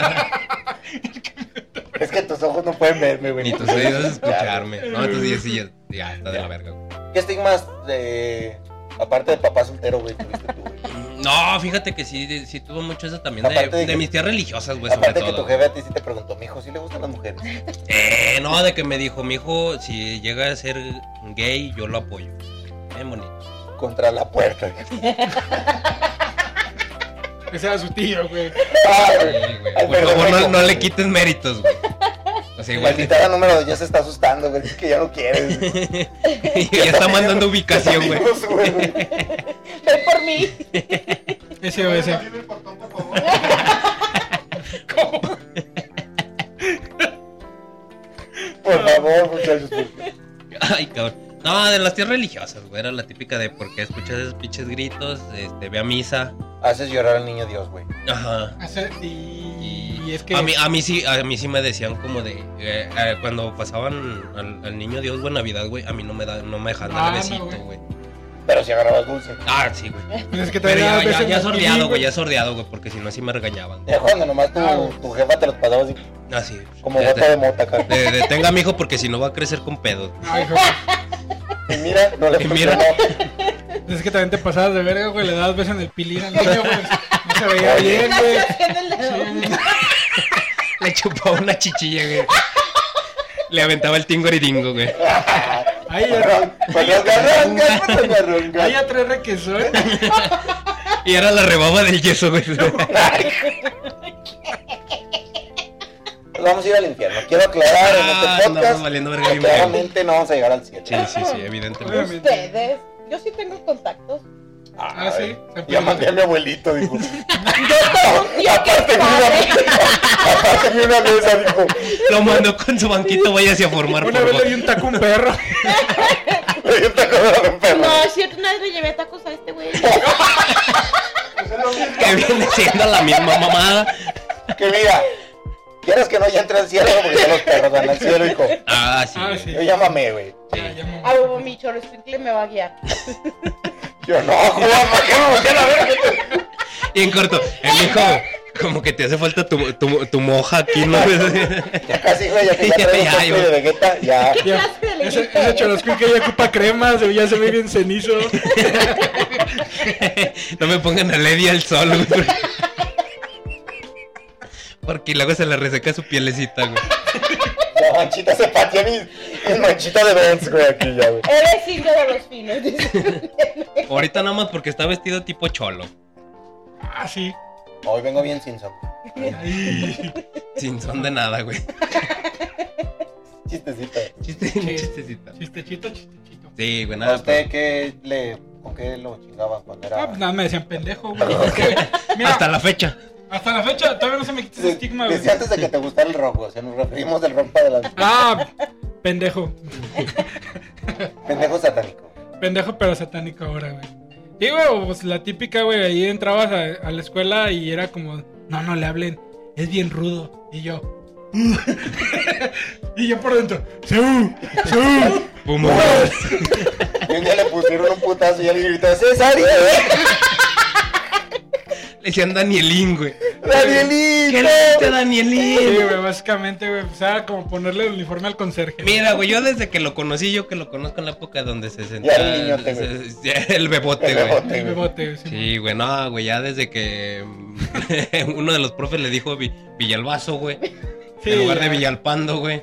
Es que tus ojos no pueden verme, güey. Ni tus oídos escucharme. No, entonces sí, sí, ya, ya, está de la verga, güey. ¿Qué estigmas de. Aparte de papá soltero, güey, tuviste tú, güey? No, fíjate que sí, sí tuvo mucho eso también de, Aparte de de, que- mis tías religiosas, güey, Pues sobre Aparte que tu todo. jefe a ti sí te preguntó, mijo, ¿sí le gustan las mujeres? Eh, no, de que me dijo, mi hijo, si llega a ser gay, yo lo apoyo. Bien bonito. Contra la puerta. Ese era su tío, güey. Ay, Sí, güey. güey. Ay, Por perdón, favor, Pues, no, mijo. no le quites méritos, güey. O sea, La igual que- invitada número dos ya se está asustando, güey. Es que ya no quieres. güey. ya está mandando ubicación, güey. Salimos, güey. Ven por mí. Ese o ese. Abrir el portón, por favor. Por favor, muchachos. porque- Ay, cabrón. No, de las tías religiosas, güey. Era la típica de porque escuchas esos pinches gritos, este, ve a misa. Haces llorar al niño Dios, güey. Ajá. Hace- Y, y es que. A mí, a mí sí, a mí sí me decían como de eh, eh, cuando pasaban al, al niño Dios, güey, Navidad, güey, a mí no me da, no me dejaban dar Ah, no, besito, güey. güey. Pero si agarrabas dulce. Ah, sí, güey. Pues es que Pero todavía ya, ya, ves ya el sordeado, güey, martillo, ya sordeado, güey, porque si no así me regañaban. Ya cuando nomás tu, Ah, güey. tu jefa te los pasaba así Ah, sí. como De- gota de de- mota, acá. de- detenga a mi hijo porque si no va a crecer con pedos. Ay, joder. Y mira, no le Y mira. funcionó. pues Es que también te pasabas de verga, güey. Le dabas beso en el pilín al niño, güey. No se veía bien, güey. Gracias, que del dedo. Sí, Le chupaba una chichilla, güey. Le aventaba el tingoridingo, güey. Ahí ya, pues ahí Ay, ya tres requesones. Y era la rebaba del yeso, güey. Nos vamos a ir al infierno. Quiero aclarar Ah, en este andamos podcast valiendo verga que bien verga. claramente no vamos a llegar al cielo. Sí, sí, sí, evidentemente. Obviamente. Ustedes. Yo sí tengo contactos. Ah, sí. Ay, Ya mandé a mi abuelito, dijo. Yo Aparte que vi una padre. mesa, aparte vi una mesa, dijo. Lo mandó con su banquito, váyase a formar, por Una vez le di favor. un taco a un perro. Le dio un taco de un perro. No, es cierto, una vez le llevé tacos a este güey. Pues es lo mismo. Que viene siendo la misma mamada. Que mira, quieres que no ya entre al cielo porque ya los perros van al cielo, hijo. Ah, sí. Ah, güey. sí. Yo ya mamé, güey. Ya, ya me- A huevo, mi choro escuincle me va a guiar. Yo no, Juan, ¿por qué me voltean a ver? Y en corto, el hijo, como que te hace falta tu, tu, tu moja aquí, ¿no? Ya casi, güey, ya que ya Ya, traigo ya, un toque ya. de Vegeta, ya. Ya. clase de Ese, liguita, ese güey? choroscuil que ya ocupa crema, se, ya se ve bien cenizo. No me pongan a Lady al sol, güey. Porque luego se le reseca su pielecita, güey. La manchita se pateó mi, mi manchita de Benz, güey, aquí ya, güey. Eres indio de los finos. dice. Ahorita nada más porque está vestido tipo cholo. Ah, sí. Hoy vengo bien sin son. Ay. Sin son de nada, güey. Chistecito. Chiste, chistecito. Chistechito, chistechito. Sí, güey, ¿A nada. pues. usted qué le, con qué lo chingaban cuando Ah, pues era? nada, me decían pendejo, güey. Es que, mira, Hasta hasta, la fecha. la fecha todavía no se me quita ese Desde, estigma, güey. desde antes de que te gustara el rock, güey, o sea, nos referimos del rock para adelante. Ah, pendejo. Pendejo satánico. Pendejo pero satánico ahora, güey. Sí, güey, o, pues la típica, güey, ahí entrabas a, a la escuela y era como, no, no le hablen, es bien rudo. Y yo, Y yo por dentro, ¡Seú! ¡Seú! Pum, Pues. Y un día le pusieron un putazo y alguien gritó, ¡Cesario! Le decían Danielín, güey. ¿Qué pues. ¡Danielito! le hiciste, Sí, Danielín? güey, básicamente, güey, pues era como ponerle el uniforme al conserje. Mira, güey, yo desde que lo conocí, yo que lo conozco en la época donde se sentía. Ya el niñote, güey. se- se- ya el bebote, El güey. bebote. El bebote, güey, sí. Sí, güey, no, güey, ya desde que mm, uno de los profes le dijo Vi- Villalbazo, güey. Sí, en lugar de ya. Villalpando, güey.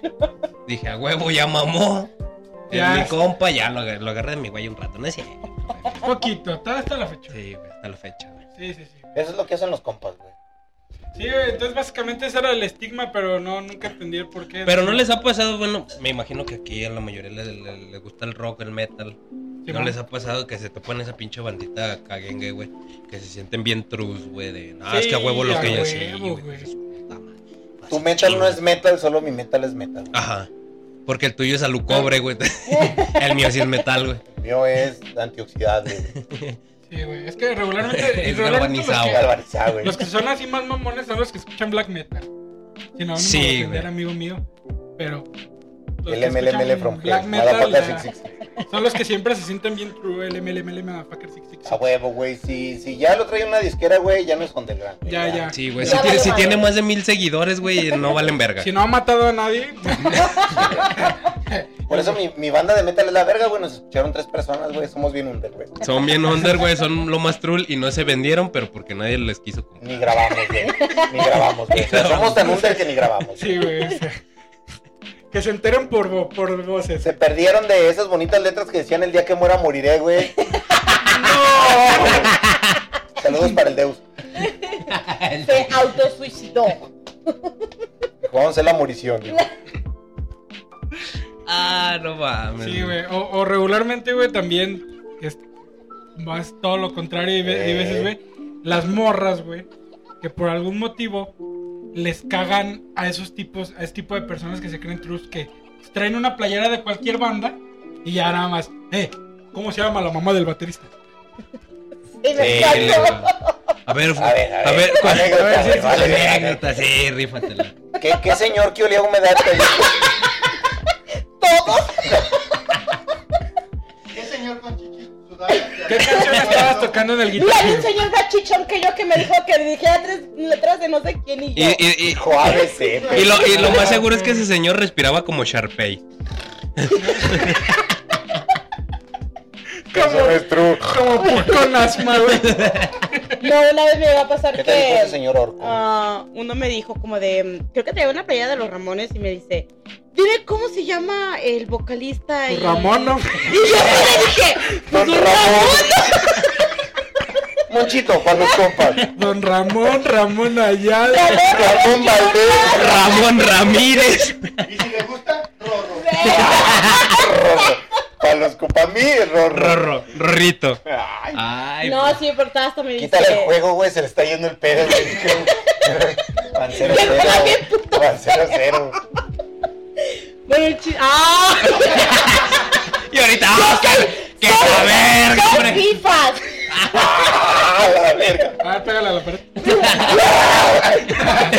Dije, a huevo, ya mamó. Es Ya. mi compa, ya lo, agar- lo agarré de mi güey un rato, ¿no es cierto? Poquito, todo hasta la fecha. Sí, güey, hasta la fecha, güey. Sí, sí, sí. Eso es lo que hacen los compas, güey. Sí, güey, entonces básicamente ese era el estigma, pero no, nunca entendí el por qué. Pero no les ha pasado, bueno, me imagino que aquí a la mayoría le, le- le gusta el rock, el metal. Sí, ¿No man. les ha pasado que se topan esa pinche bandita caguengue, güey? Que se sienten bien trus, güey, de... No, es que a Sí, huevo lo a que yo huevo, sí, güey. güey. pues, puta madre. Tu Así metal chingo. no es metal, solo mi metal es metal. güey. Ah. Ajá. Porque el tuyo es alucobre, güey. el mío sí es metal, güey. El mío es antioxidante, güey. Sí, güey, es que regularmente. Es regularmente los que- galvanizado. Galvanizado, güey. Los que son así más mamones son los que escuchan black metal. Si no, no Sí, me voy a güey. ofender, amigo mío. Pero. los que LMLML escuchan from hell. Black metal Motherfucker la- 666. son los que siempre se sienten bien true. LMLML, motherfucker 666. A huevo, güey. Si, si ya lo trae una disquera, güey, ya no es Underground. güey. Ya, ya. Sí, güey. Ya Si, vale tiene, si madre. tiene más de mil seguidores, güey, no valen verga. Si no ha matado a nadie, Por eso mi, mi banda de metal es la verga, güey. Nos escucharon tres personas, güey. Somos bien under, güey. Son bien under, güey. Son lo más true y no se vendieron, pero porque nadie les quiso comprar. Ni grabamos, güey. Ni grabamos, güey. O sea, somos tan under que ni grabamos. sí, güey. o sea, que se enteren por, vo- por voces. Se perdieron de esas bonitas letras que decían el día que muera moriré, güey. ¡No! Saludos para el Deus. Se autosuicidó. Vamos a hacer la morición, güey. Ah, no mames. Sí, güey. O, o regularmente, güey, también es, vas todo lo contrario y, ve- y veces, güey, las morras, güey, que por algún motivo les cagan a esos tipos, a ese tipo de personas que se creen trus, que traen una playera de cualquier banda y ya nada más, eh, ¿cómo se llama la mamá del baterista? Sí, En el güey. caso, A ver, A ver, a ver. ¿cuál- Anécdota, a ver, güey, vale, sí, vale. anécdota, sí, rífatela. ¿Qué, qué señor que olía a humedad? güey? ¿Qué señor con chichis sudaba? ¿Qué canción estabas tocando en el Le di un guitarra? señor gachichón que yo que me dijo que dijera tres letras de no sé quién y Y, yo. y- y- Hijo ABC, güey. y lo, y lo más seguro es que ese señor respiraba como Sharpay. Eso no es true. Como pu- con asma, güey. No, una vez me iba a pasar ¿Qué que. te dijo ese señor Orco? ah, uno me dijo como de, mm, creo que traía una playera de los Ramones y me dice, dime cómo se llama el vocalista. y- Ramón, ¿no? Y yo le dije, pues Don un Ramón. Ramón. Monchito, para los compas. Don Ramón, Ramón Ayala. Ramón Valdés. Ramón Ramírez. Y si le gusta, rorro. Rorro. Para los compas, mí, Rorro. Rorro, Rorrito. Ay, Ay, pues. No, sí, pero estaba hasta me dice. Quítale el juego, güey, se le está yendo el pedo, güey. Van cero Ya cero. está güey. bien puto Van cero cero. Bueno, el chiste. ¡Ah! Y ahorita, ¡ah! ¡Qué, qué la verga, ¡Son hombre! fifas! Ah, la verga. A ver, pégale a la pared.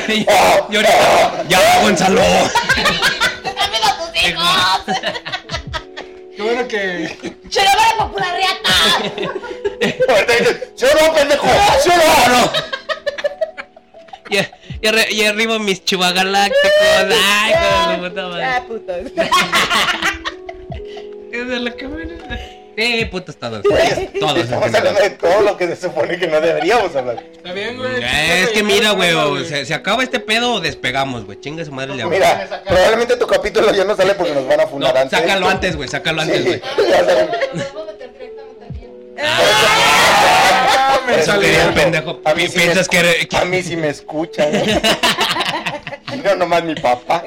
y y ahorita, ¡ya, Gonzalo! ¡Dame a tus hijos! Qué bueno que... ¡Choraba la popular reata! Ahorita dices, ¡Yo no, pendejo! ¡Yo no! ¡Vámonos! Y, y, arri- y arriba mis chivagalácticos. ¡Ay, con la puta ¡Ah, madre! puto! Es de la cámara. Sí, putos todos. pues, Todos en Estamos hablando general. de todo lo que se supone que no deberíamos hablar. Está bien, güey. Eh, Es que mira, güey, o se, se acaba este pedo o despegamos, güey. Chinga su madre, le hago. Mira, probablemente tu capítulo ya no sale porque nos van a No, funar antes. sácalo antes, güey, sácalo antes, güey. Sí, ya saben. Podemos meter directamente también. Ah, me Eso te salió. Bien, digo. pendejo. A mí sí Piensas me- que eres- que- A mí sí me escuchan. Y No nomás mi papá.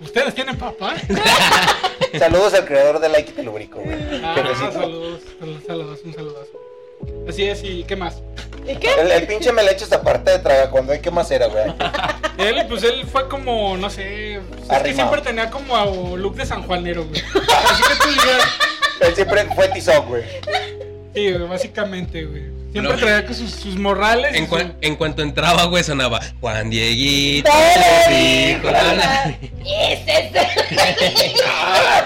¿Ustedes tienen papá? ¿eh? Saludos al creador de Like y te lubrico, güey. Te Ah, besito. saludos, saludos, saludos, un saludazo. Así es, ¿y qué más? ¿Y qué? El, el pinche me le echas aparte de traga cuando hay que macera, güey. Él, pues él fue como, no sé, pues, es que Arrimado. siempre tenía como a look de San Juanero, güey. Así que tú dirías, Él siempre fue tizoc, güey. sí, güey, básicamente, güey. Siempre traía que sus, sus morrales. En, y cua- su- en cuanto entraba, güey, sonaba Juan Dieguito. sí, Pero, Juan". Ese es Ah.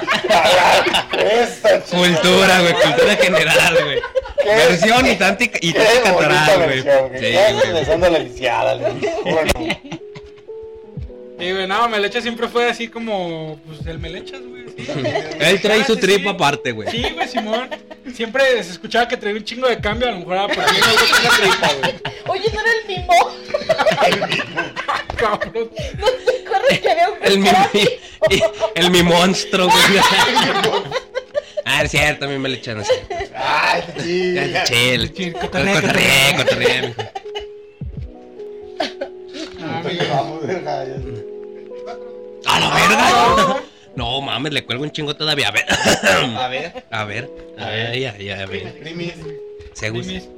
Esta chica. Cultura, güey, cultura general, güey. Qué- Versión y tanti Qué y tanti bonita cataral, güey. versión, güey. Sí, Ya güey. regresando a la lisiada, güey. Bueno, Sí, güey, no, Melecha siempre fue así como, pues, el Melechas, güey. sí. Él trae Ah, su sí, tripa sí. aparte, güey. Sí, güey, Simón. Siempre se escuchaba que traía un chingo de cambio, a lo mejor era por ahí, Oye, no era el mimo. cabrón. No te acuerdas que había un El mi, era mi- el mi monstruo, güey. ah, es cierto, a mí me le echan así. Ay, sí. Chill. Sí, cotorreo, Cotorreo, cotorreo. Ah, Nos mira. llevamos de rayas. A la Ah. verga. No mames, le cuelgo un chingo todavía. A ver. A ver. A ver. Ay, ay, ay, a ver. Primis. Se gusta. Primis.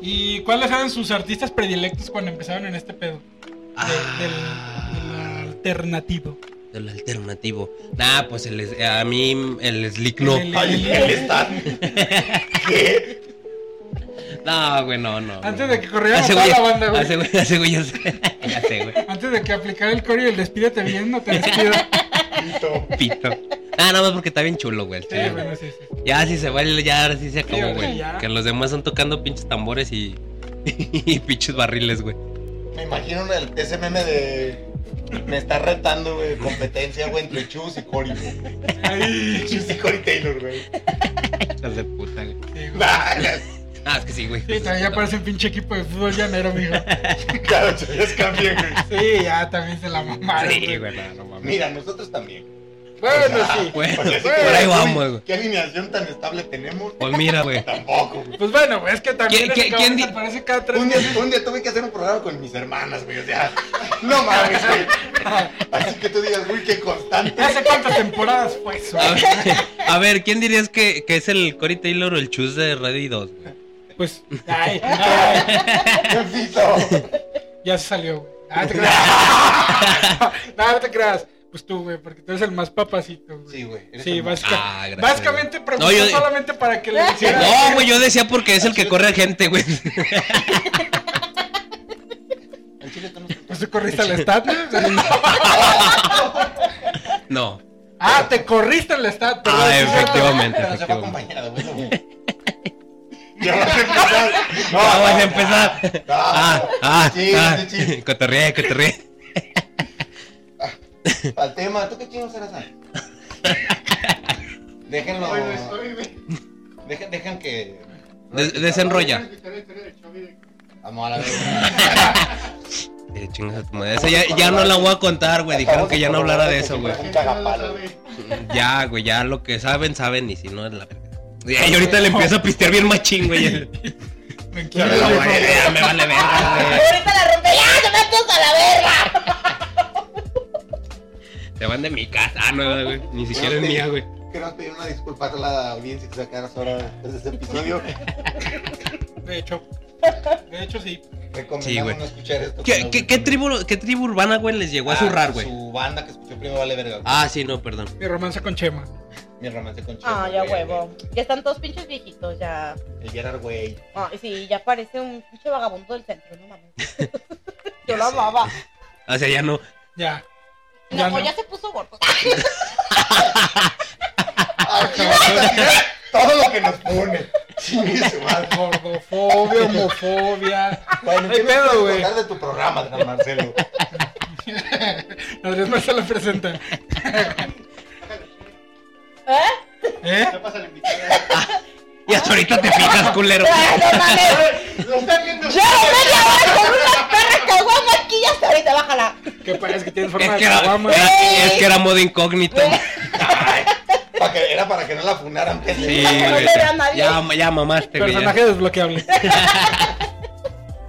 ¿Y cuáles eran sus artistas predilectos cuando empezaron en este pedo? De- del, del Ah, alternativo. Del alternativo. Nah, pues el, es- a mí el slick no. El- Ay, él está. ¿Qué? No, güey, no, no. Antes no. de que corriéramos Ese toda güey- la banda, güey. ese güey- ese güey, ya sé. Ya sé, güey. Antes de que aplicara el core y el despídete bien, no te despido. Pito. Pito. Ah, nada más porque está bien chulo, güey. el Sí, tuyo, güey. bueno, sí, sí. Ya si se va el- ya ahora sí se acabó, ahora güey. ya. Que los demás están tocando pinches tambores y, y pinches barriles, güey. Me imagino el, ese meme de. Me está retando, güey, competencia, güey, entre Chus y Cory. güey. Ay, Chus y Cory Taylor, güey. Hijas de puta, güey. sí, güey. Nah, las- Ah, es que sí, güey. Sí, también ya parece un pinche equipo de fútbol llanero, mijo. Claro, Chus también, güey. Sí, ya también se la mamaron. Sí, güey. güey, Ah, no, no mames. Mira, nosotros también. Bueno, O sea, sí. Bueno, Porque así por que digas, ahí uy, vamos, güey. ¿Qué alineación tan estable tenemos? Pues mira, güey. Tampoco, güey. Pues bueno, güey, es que también ¿Quién- ese quién- cabrón quién di- se aparece cada tres Un día, meses. un día tuve que hacer un programa con mis hermanas, güey. O sea, no mames, güey. Así que tú digas, güey, qué constante. ¿Hace cuántas temporadas fue eso? A ver, a ver, ¿quién dirías que, que es el Cory Taylor o el Chus de Ready 2? güey? Pues, ay, ¡Qué pito! ya se salió, güey. Ah, te creas. no, no te creas. Pues tú, güey, porque tú eres el más papacito, güey. Sí, güey. eres Sí, el más- básica- Ah, gracias, básicamente güey. preguntó No, yo- solamente para que le hiciera. No, güey, yo decía porque es el que corre a gente, güey. Al chile tú no- Pues tú corriste al stat, güey. No. Ah, te corriste al stat. perdón. Ah, efectivamente, Pero no se fue efectivamente. acompañado, güey. güey. Ya vas a empezar. No, Vamos no, a empezar. Ah, ah, Sí, ah. sí, sí. Cotorrea, cotorrea. Al tema, ¿tú qué chingos eras ahí? Déjenlo. Oye, estoy, güey. Dejen, dejen que. Des- desenrolla. Voy a quitar la historia del Chavi de- Vamos a la vez. Eh, chingas a tu madre. Esa ya, ya no la voy a contar, güey. Dijeron que ya no hablara de eso, güey. La gente no lo Cagapalo. sabe. Ya, güey, ya lo que saben, saben. Y si no, es la verga. Y ahí ahorita le empiezo a pistear bien machín, güey. Tranquilo, Ya me güey. vale, ya me vale verga, güey. Ahorita la rompe. ¡Ya! ¡Se van todos a la verga! Se van de mi casa. Ah, no, güey. Ni siquiera es mía, güey. Queremos pedir una disculpa a toda la audiencia que se va a quedar ahora después de este episodio. De hecho, de hecho sí. Recomendamos Sí, güey. no escuchar esto. ¿Qué, con qué, qué audífonos. tribu, ¿Qué tribu urbana, güey, les llegó a zurrar, güey? Su banda que escuchó primero vale verga. güey. Ah, sí, no, perdón. Mi romance con Chema. Mi romance con Chema. Ah, ya güey, huevo. Ya están todos pinches viejitos, ya. güey. El Gerard, güey. Ah, sí, ya parece un pinche vagabundo del centro, no mames. Yo Ya lo sé. amaba. O sea, ya no. Ya. No, Ya pues no. ya se puso gordo. Ah, Aquí vamos a tirar Ah, todo lo que nos pone. Chingue su madre. Gordofobia, homofobia. Bueno, ¿qué Ay, me puedes pedo, güey. contar de tu programa, Adrián Marcelo? Andrés Marcelo presenta. ¿Eh? ¿Eh? Ya pasa la invitada. Y hasta ahorita te fijas, culero. Ay, Ah, no mames. Lo está viendo. Yo media hora con una perra caguama aquí ya está ahorita, bájala. Que parece que tienes Es forma que de era, caguama. era- es que era modo incógnito. Pa' que- era para que no la funaran. Sí, No güey. te vea nadie. Ya, ya mamaste, güey. ya. Personaje desbloqueable.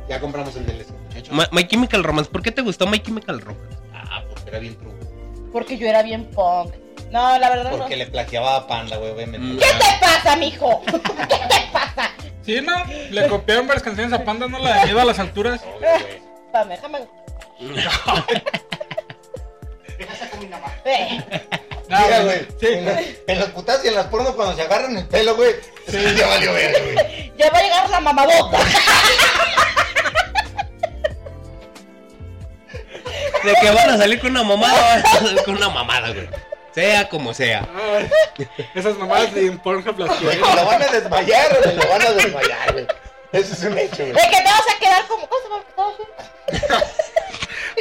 Ya compramos el DLC, muchacho. Ma- My Chemical Romance, ¿por qué te gustó My Chemical Romance? Ah, porque era bien truco. Porque yo era bien punk. No, la verdad no. Porque le plagiaba a Panda, güey, Mm. obviamente. ¿Qué te pasa, mijo? ¿Qué te pasa? Sí, ¿no? Le copiaron varias canciones a Panda, ¿no? La de Miedo a las alturas. No, güey. Espérame, déjame. Deja saco mi navaja. Eh, Ah, Mira, güey. Sí. En, las- en las putas y en las pornos cuando se agarran el pelo, güey. Sí. Ya valió verga, güey. Ya va a llegar la mamadota. De que van a salir con una mamada, van a salir con una mamada, güey. Sea como sea. Ay, Ah, Esas mamadas de en Pornhub las Güey, quiero. me lo van a desmayar, güey, lo van a desmayar, güey. Eso es un hecho, De güey. que te vas a quedar como. ¿Cómo se llama? ¿Cómo se llama?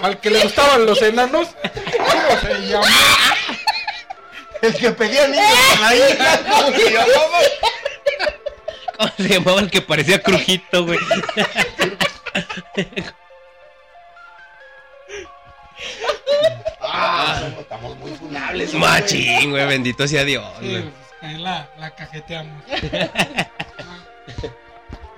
Al que le gustaban los enanos. ¿Cómo se llama? El que pedía niños con la hija, ¿cómo se llamaba? ¿Cómo se llamaba el que parecía crujito, güey? Ah, somos- estamos muy funables, güey. Machín, güey, bendito sea Dios, Sí, güey. pues, ahí la, la cajeteamos.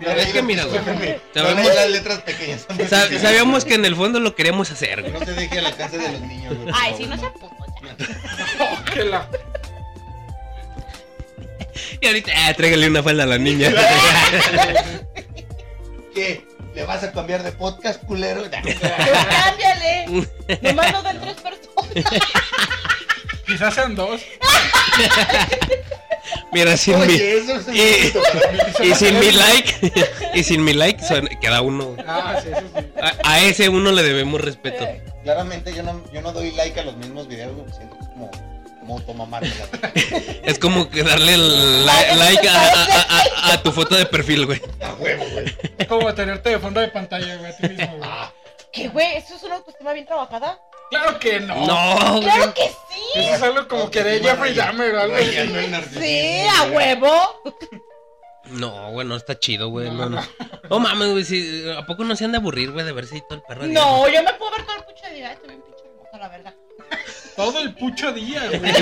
No Es que mira, güey, discúlpeme, no sabemos- leí las letras pequeñas. Sa- sabíamos que en el fondo lo queríamos hacer, güey. No se deje al alcance de los niños, güey. por Ay, favor, sí, no se puto. Que la- Y ahorita, ah, tráigale una falda a la niña. ¿Qué? ¿Le vas a cambiar de podcast, culero? Cámbiale. Nomás nos dan tres personas. Quizás sean dos. Mira, sin mi, Oye, eso es un éxito para mí. y sin mi like, y sin mi like, son- queda uno. Ah, sí, eso sí. A, a ese uno le debemos respeto. Claramente yo no, yo no doy like a los mismos videos, güey. Siento que es como, como tomamármela, güey. Es como que darle el la- like a, a- a- a tu foto de perfil, güey. A huevo, güey. Es como tenerte de fondo de pantalla, güey, a ti mismo, güey. ¿Qué, güey? ¿Eso es una autoestima bien trabajada? Claro que no. No, güey. ¡Claro que sí! Eso es algo como que de Jeffrey Dahmer o algo así. Rayando el narcisismo, Sí, güey. a huevo. No, güey, no está chido, güey. No, no. No mames, güey. si- ¿A poco no se han de aburrir, güey, de verse ahí todo el perro? No, yo me puedo ver todo el pucho de diga, estoy bien pinche hermosa, la verdad. Todo el pucho día, güey.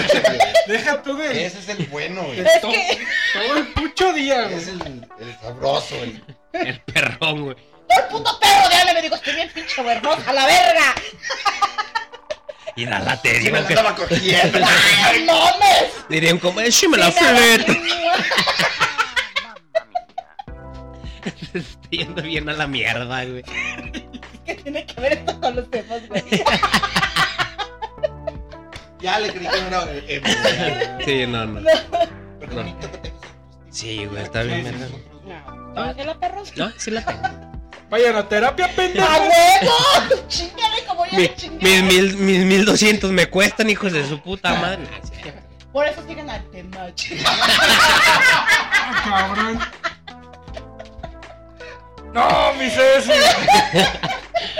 Deja tú de. Ese es el bueno, güey. Es todo, que- todo el pucho día, Es güey. el, el sabroso, güey. El perrón, güey. Todo el puto perro de Ale me digo, estoy bien pinche hermosa, la verga. Y la late, Y me digo la que. andaba cogiendo. ¡Ay, no mames! Dirían como, échame la Sí, nada, fleta. sí. Te está yendo bien a la mierda, güey. ¿Qué tiene que ver esto con los temas, güey? Ya le creí que no era eh, eh, Sí, no, no. Pero qué bonito que tengas. Sí, güey, está bien. verga. No, ¿no que la perros? No, sí la tengo. Vayan a terapia, Ah, ¡A pendejo. huevo! ¡Chingale como yo Mi- le mis, chingué! mil, mis 1200 me cuestan, hijos de su puta madre. Por eso siguen al tema, chingale. Ah, cabrón. No, mi Ceci.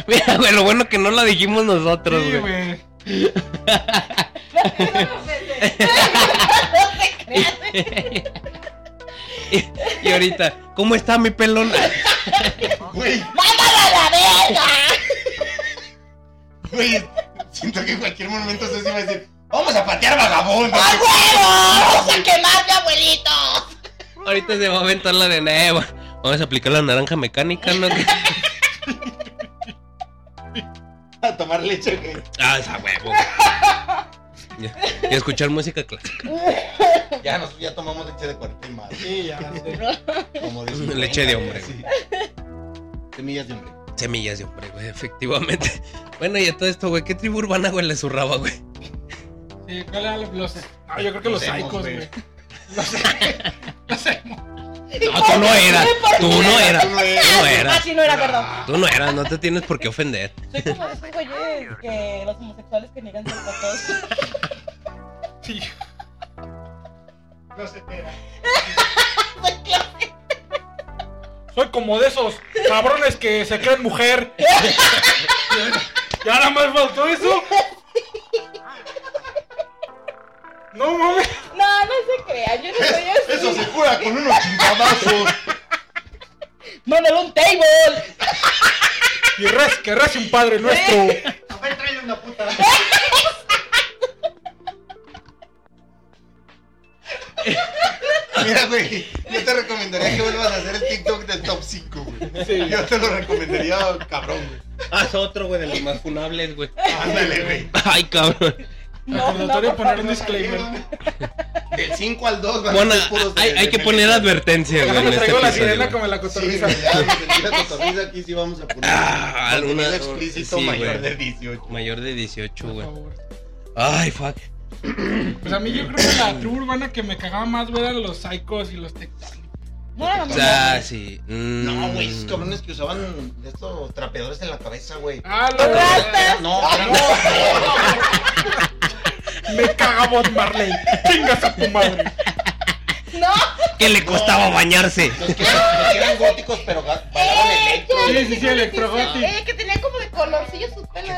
Mira, güey, lo bueno que no lo dijimos nosotros, Sí, güey. güey. No se crean. Y ahorita, ¿cómo está mi pelón? Güey, ¡Mándala a la verga! güey. Siento que en cualquier momento se iba a decir: Vamos a patear vagabundo. ¡A huevo! ¡Vamos a quemar mi abuelito! Ahorita se va a aventar la de nuevo. Vamos a aplicar la naranja mecánica, ¿no? A tomar leche, güey. Ah, esa huevo. Y y escuchar música clásica. Ya, nos, ya tomamos leche de cuartel más. Sí, ya. sí. Como dicen. Leche de hombre, Sí. Semillas de hombre. Semillas de hombre, güey, efectivamente. Bueno, y a todo esto, güey, ¿qué tribu urbana, güey, le zurraba, güey? Sí, ¿cuál era los.? No, yo creo que los Los emos, psicos, güey. güey. Los, los emos. No, tú no eras. Tú no eras. Tú no eras. Tú no eras. Así no era, perdón. Tú no eras, no te tienes por qué ofender. Soy como esos güeyes que los homosexuales que niegan ser patos. Sí. No se entera. Soy como de esos cabrones que se creen mujer. Ya nada más faltó eso. No mames. No, no se crean, yo no soy así. Eso se cura con unos chingadazos. ¡Mándale un table! Y res, que rece un padre nuestro. A ver, tráele una puta. Mira, güey, yo te recomendaría que vuelvas a hacer el TikTok del top 5, güey. Sí. Yo te lo recomendaría, cabrón, güey. Haz otro, güey, de los más funables, güey. Ándale, güey. Ay, cabrón. No, no, Recordatorio por poner un favor. disclaimer. Del 5 al 2 van Bueno, a ser puros de- hay, hay de que memes. poner advertencia, güey, Déjame en este traigo la sirena episodio. güey. como la Sí, güey, cotorriza. ya, me sentí la cotorriza aquí sí vamos a poner. Ah, contenido alguna- explícito sí, mayor güey. de 18. Mayor de 18, Por güey. favor. Ay, fuck. Pues a mí yo creo que la tribu urbana que me cagaba más, güey, eran los psicos y los textos. No era lo O mismo. sea, sí. mm. No, güey, esos cabrones que usaban estos trapeadores en la cabeza, güey. Ah, Rastas. No, no, no. Me caga Bob Marley. Chingas a tu madre. No, Que le costaba bañarse. los que, los que eran góticos, pero ga- bailaban electro. eh, ya, Sí, ya sí, sé sí, cuál electrogotic. dices. Eh, que tenía como de colorcillo sus pelos.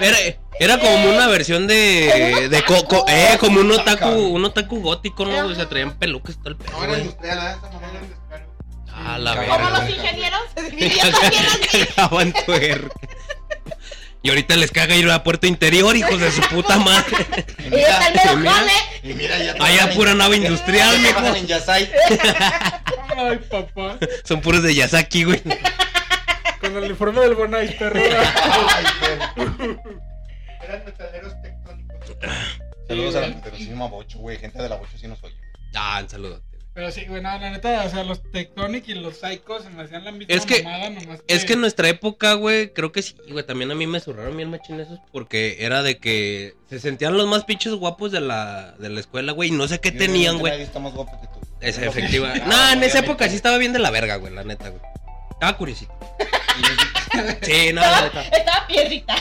Era, era como una versión de. de co- co- eh, como un otaku, Cabrón. un otaku gótico, ¿no? O sea, traían pelucas todo el pedo, Ahora güey. industrial, ¿eh? Esta mamá era industrial. Ah, la Como Como verga. los ingenieros se dividían también así. Cagaban tuerca. Y ahorita les caga ir a Puerto Interior, hijos de su puta madre. Y Y está el mero mira. jale. y mira, ya Allá trabajan pura en- nave ya industrial, trabajan mijo. en Yasai. Ay, papá. Son puros de Yasaki, güey. Con el uniforme del Bonai, perro. Ay, güey. Eran metaleros tectónicos. Saludos Sí, a la güey. poderosísima Bocho, güey. Gente de la Bocho sí nos oye. Ah, un saludote. Pero sí, güey, no, la neta, o sea, los Tectonic y los Psychos se me hacían la misma Es que- mamada, nomás Es que en nuestra época, güey, creo que sí, güey, también a mí me zurraron bien machín esos porque era de que se sentían los más pinches guapos de la, de la escuela, güey, y no sé qué Yo tenían, creo que güey. Nadie está más guapo que tú. Esa Pero- efectiva. Ah, no, en esa obviamente. época sí estaba bien de la verga, güey, la neta, güey. Estaba curiosito. Sí, no, la Estaba, neta. estaba piedrita.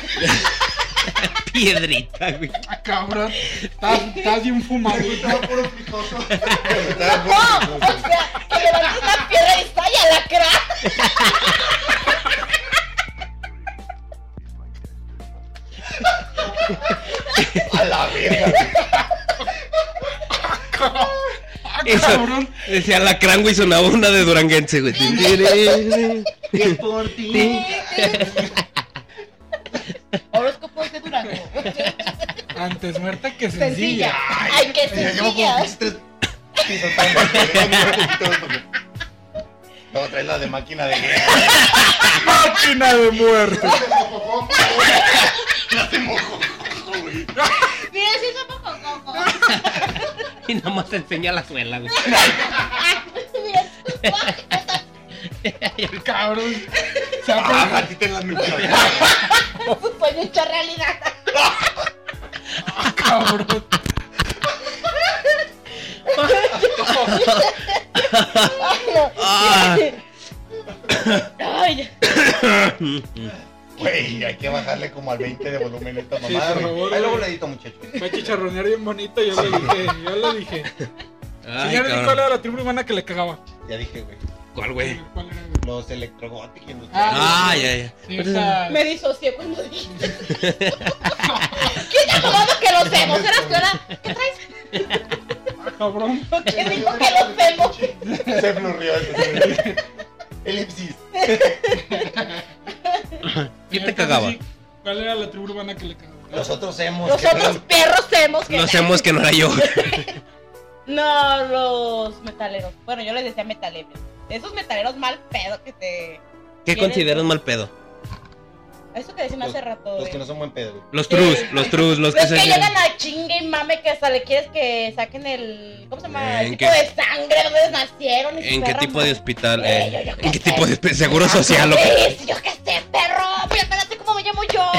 Piedrita, güey. Ah, cabrón. Estás, estás bien fumadito. Estaba puro picoso. Estaba No, bueno, o sea, que levantas una piedra y está ya la cra. A la verga, güey. Ah, Eso. cabrón. Decía la crán, güey, sonaba una de Duranguense, güey. Es por ti. Horóscopo de Durango. Antes muerta que Sencilla. sencilla. Ay, qué Ya llevo como sencilla. pinches tres pisos tan porque- Luego traes la de máquina de guerra. Máquina de muerte. La de mojo. Mira, sí, es un poco coco. Y nada más te enseña la suela, güey. Mira, Cabrón. Se va a Ah, poner- gatita en la nuca. su sueño hecho realidad. cabrón. Ay, no. Ah. Ay, ya. Güey, hay que bajarle como al 20 de volumen a esta Sí, mamada. por güey. favor, Ahí luego güey. le edito, muchacho. Va a chicharronear bien bonito, yo lo dije, yo lo dije. Ay, Señor, cabrón. ¿cuál era la tribu humana que le cagaba? Ya dije, güey. ¿Cuál, güey? ¿Cuál era, güey? Los electrogóticos. los- Ah, Ah, ya, ya. Sí, o sea, Me disocié cuando dijiste. ¿Quién te acordó que los vemos? ¿Eras tú? Era? ¿Qué traes? ah, cabrón. ¿Quién dijo que los vemos? Se flurrió. se flurrió. Elipsis. ¿Quién te Señor cagaba? Casi, ¿Cuál era la tribu humana que le cagaba? Los otros hemos. Los otros perros vemos que. No sabemos que no era yo. No, los metaleros. Bueno, yo les decía metaleros. Esos metaleros mal pedo que te. ¿Qué consideras mal pedo? Eso que decían hace rato. Los de- que no son buen pedo, güey. Los trus, los trus, los Los que Pues que se. llegan a chingue y mame que hasta le quieres que saquen el. ¿Cómo se llama? ¿En El qué- tipo de sangre, dónde nacieron. y su ¿En qué perra tipo de madre. hospital? Eh, Eh, yo- yo qué ¿En qué sé. Ah, tipo de espe- seguro social? o qué? Sí, sí, yo qué sé, perro. Pero espérate, ¿cómo me llamo yo?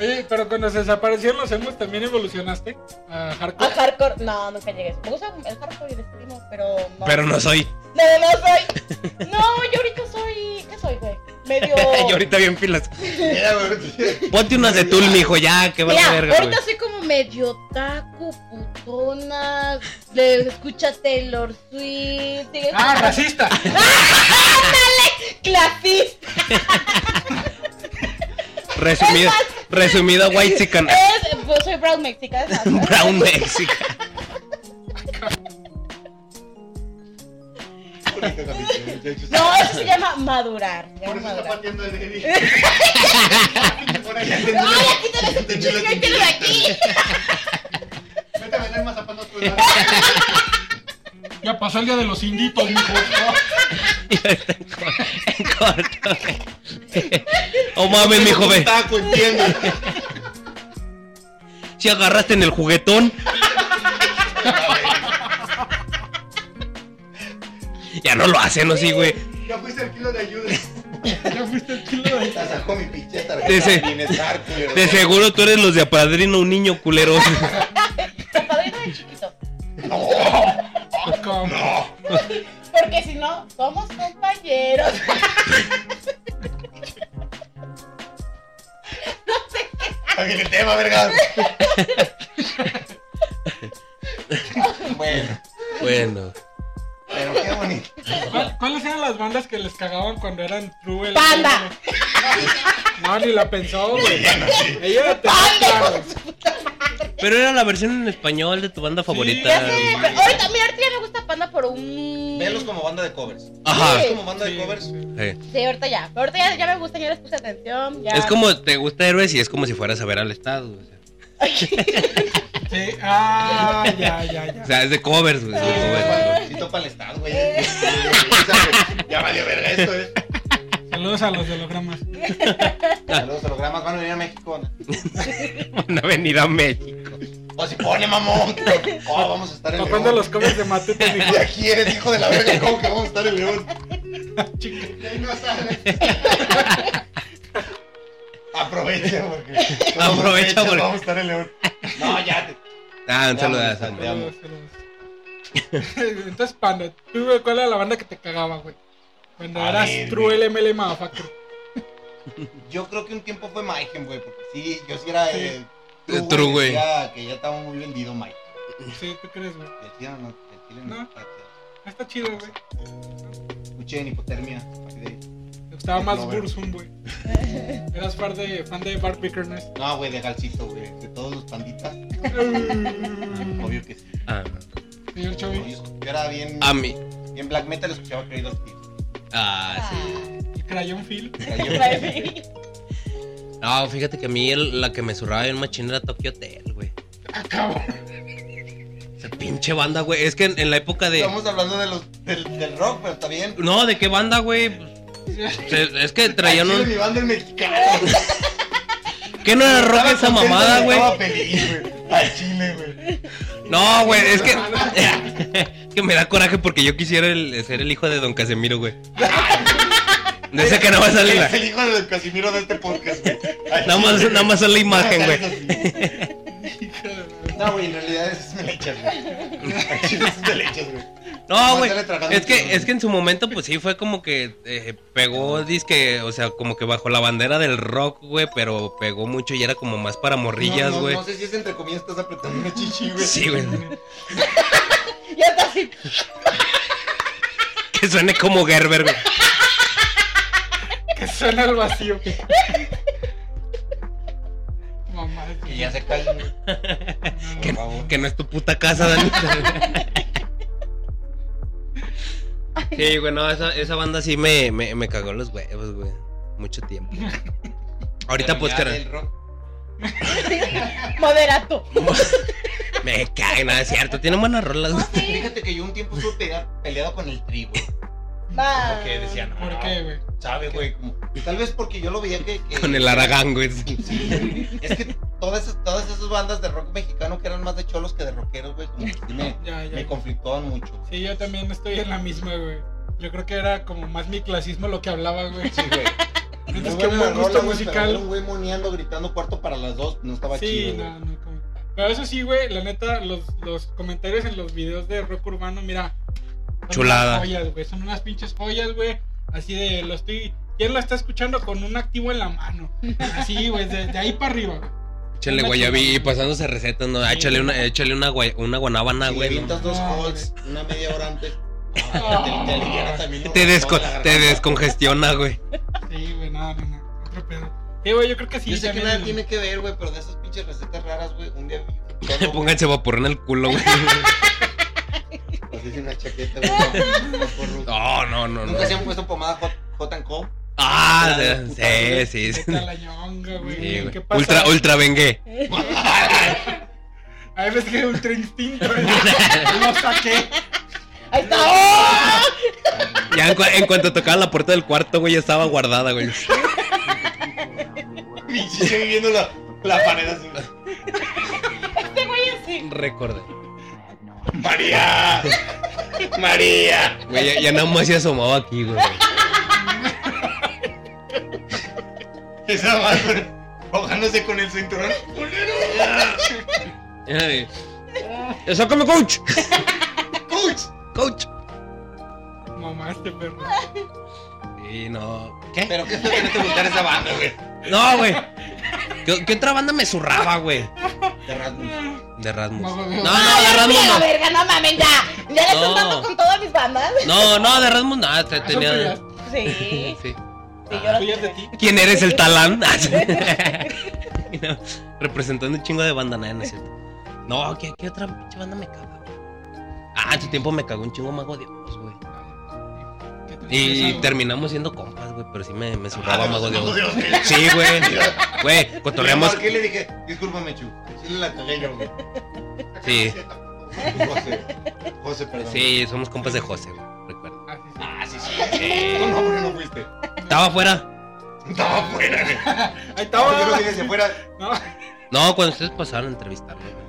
Oye, pero cuando se desaparecieron los emos también evolucionaste a hardcore. Al hardcore. No, nunca llegué. a eso. Me gusta el hardcore y el screamo, pero no. Pero no soy. No, no soy. No, yo ahorita soy. ¿Qué soy, güey? Medio. Yo ahorita bien pilas. Ya, güey. Ponte unas de tul, mijo, ya, que va Mira, la verga, güey. ahorita soy como medio taco, putona. Le escucha Taylor Swift. sigue- Ah, racista. ¡Clasista! Resumida, resumida white chican. Es, pues soy brown mexicana. ¿sabes? Brown Mexican. Bonito capítulo, muchachos. No, eso se llama madurar. se Por llama eso está madurar. pateando el Eddie. Por ahí. ¡Ay, aquí te ves Entendí la Yo quiero de aquí! Vete a vender mazapán a otro lado. Ya pasó el día de los inditos, mijo. En corto. Oh mames, mijo, Un pues, ve. Taco, entiendes. Si agarraste en el juguetón. Ya no lo hacen, ¿no? Sí, güey. Ya fuiste el kilo de ayuda. Ya fuiste el kilo de. La sacó mi pinche De tarjeta. se- Tienes arco, güey. De seguro tú eres los de apadrino un niño culero. Tapadrino de chiquito. Ah, cabrón. tema, vergas. Bueno, Bueno. Pero qué bonito. ¿Cuál- ¿Cuáles eran las bandas que les cagaban cuando eran True? el- ¡Panda! No, ni la pensó, güey. Ella la tenía claro. Pero era la versión en español de tu banda Ya favorita. sé, pero ahorita, mira, ahorita ya me gusta Panda por un. velos como banda de covers. Ajá. Es como banda de covers. sí. Sí, ahorita ya. Pero ahorita ya, ya me gusta, ya les puse atención. Ya. Es como te gusta Héroes y es como si fueras a ver al Estado. güey. Sí, ah, ya, ya, ya. O sea, es de covers, güey. es de covers. Si topa el estado, güey. Ya valió verga esto, eh. Saludos a los hologramas. Los hologramas van a venir a México. ¿no? Van a venir a México. O si pone mamón. Oh, vamos a estar en ¿Para cuándo León. los comes de matutas? dijo? Ya aquí eres hijo de la verga, ¿cómo que vamos a estar en León? Y ahí no sale. Aprovecha, porque. Aprovecha, porque- Vamos a estar en León. No, ya. te- Ah, un Ya, saludo a vamos a Sandra. ver. Saludos, saludos. Entonces, Panda, ¿tú, güey, ¿cuál era la banda que te cagaba, güey? Cuando A eras ver, True LML Motherfucker. Yo creo que un tiempo fue Maiken, güey. Porque sí, yo sí era. eh, Eh, true, güey. Que ya- que ya estaba muy vendido, Mike. Sí, ¿tú crees, güey? El chile no. El chile No. no. está chido. Está chido, güey. Escuché en hipotermia. así de- Me gustaba más No, güey. Burzum, güey. Eras fan de, fan de Bart Bickerness. No, güey, de Galcito, güey. De todos los panditas. Obvio que sí. Ah, Señor Yo Chovy, yo era bien. a mí. Bien black metal, escuchaba Creed of Thieves. Ah, sí. el Crayon Phil. No, fíjate que a mí el- la que me zurraba bien machín era Tokyo Hotel, güey. Acabo. Esa pinche banda, güey. Es que en, en la época de. Estamos hablando de los, del, del rock, pero está bien. No, ¿de qué banda, güey? Se- Es que traían Chile, un. Mi banda es mexicana. ¿Qué no era rock esa mamada, güey? Estaba feliz, güey. Al chile, güey. No, güey, es que. Es que me da coraje porque yo quisiera el- ser el hijo de Don Casemiro, güey. De ese que no va a salir. Es la- el hijo de Casimiro de este podcast, güey. Al Nada más, chile, nada más sale la imagen, güey. No, güey, en realidad es me la echas, güey. Al chile es de leches, güey. No, Nomás güey. sale tragando Es que, chicharrón. es que en su momento, pues sí, fue como que eh, pegó, disque, o sea, como que bajo la bandera del rock, güey, pero pegó mucho y era como más para morrillas, no, güey. No, no sé si es entre comillas, estás apretando una chichi, güey. Sí, güey. Ya está así. Que suene como Gerber, güey. Que suena el vacío. Mamá. Que ya se calma, güey. Que, Por favor. que no es tu puta casa, Dani. Sí, güey, no, esa, esa banda sí me, me, me cagó los huevos, güey. Mucho tiempo. Ahorita, Pero pues, ya cara, del rock. Moderato. me cae, nada, es cierto. Tienen buenas rolas, güey. Fíjate que yo un tiempo estuve pega- peleado con el tri, güey. Va. Porque decía, no. ¿Por qué, güey? Sabe, güey. como- Tal vez porque yo lo veía que. que- Con el Aragán, güey. Sí, güey. es que todas esas, todas esas bandas de rock mexicano que eran más de cholos que de rockeros, güey, como que sí me, Ya, ya. me conflictuaban mucho. güey. Sí, yo también estoy en la misma, güey. Yo creo que era como más mi clasismo lo que hablaba, güey. Sí, güey. Antes Muy que un buena buen rola, gusto güey, pero era Un musical. güey moneando, gritando cuarto para las dos, no estaba Sí, chido. no, no. como- Pero eso sí, güey, la neta, los, los comentarios en los videos de rock urbano, mira. son Chulada. unas joyas, güey. Son unas pinches joyas, güey. Así de, lo estoy. ¿Quién lo está escuchando con un activo en la mano? Así, güey, de, de ahí para arriba, güey. Échale Una guayabí y chingada. pasándose recetas, ¿no? Ah, Échale una, échale una, guay- una guanábana, Ah, Si le güey. ¿no? avientas dos No, holds una media hora antes. Ah. no, te, te alivianas también, ¿no? Te, desco- Toda la te garganta. descongestiona, güey. Sí, güey, no, no, no. Otro pedo. Sí, güey, yo creo que sí. Yo sé que también nada el- tiene que ver, güey, pero de esas pinches recetas raras, güey, un día vi un Te cholo, pónganse vapor en el culo, güey. güey, así sin una chaqueta, güey, con- con- con- No, no, no, no. Nunca se han puesto pomada Hot, hot and Co. Ah, Claro, sí, puta madre. sí, sí. Vete a la ñonga, güey. Sí, güey. ¿Qué pasa? Ultra, ultra vengué. A veces que ultra instinto, güey. Lo saqué. Ahí está. Ah, ¡Oh! Ya en, cu- en cuanto tocaba la puerta del cuarto, güey, ya estaba guardada, güey. Y sigue viviendo la, la pared así. Este güey así. Recordé. María. María. Güey, ya, ya nada más se asomaba aquí, güey. Esa mano. Ojándose con el cinturón. Ay. Ya ¡Sácame, coach! ¡Coach! ¡Coach! Mamá, este perro. Sí, no. ¿Qué? Pero qué es lo que no te gusta esa banda, güey. No, güey. ¿Qué, qué otra banda me zurraba, güey? Te rasgas. De Rasmus. No, No, no, no, de Ay, Rasmus mira, no. verga, no mames, ya. Ya le estoy No. dando con todas mis bandas. No, no, de Rasmus nada, te Ah, tenía. son Sí. Sí. Sí, Ah, yo las tuyas de tuve. ti. ¿Quién eres el talán? Y no, Representando un chingo de banda, nada, no es cierto. No, ¿qué, qué otra pinche banda me caga, güey? Ah, en su tiempo me cagó un chingo mago de Oz, güey. Qué tristeza, Y güey. terminamos siendo compas, güey, pero sí me, me zurraba Ah, mago de Mago Oz. de Oz, sí. Sí, güey. Güey, cotorreamos. ¿Qué le dije? Discúlpame, Chu. Sí, la cagué yo, güey. Sí, José. José, perdón. sí, somos compas de José, güey. Recuerdo. Ah, sí, sí. Ah, sí, sí. Tú no, porque no fuiste. Estaba afuera. Estaba afuera, güey. Ahí Estaba yo no estaba. dije si fuera. No, No, cuando ustedes pasaron a entrevistarme, güey.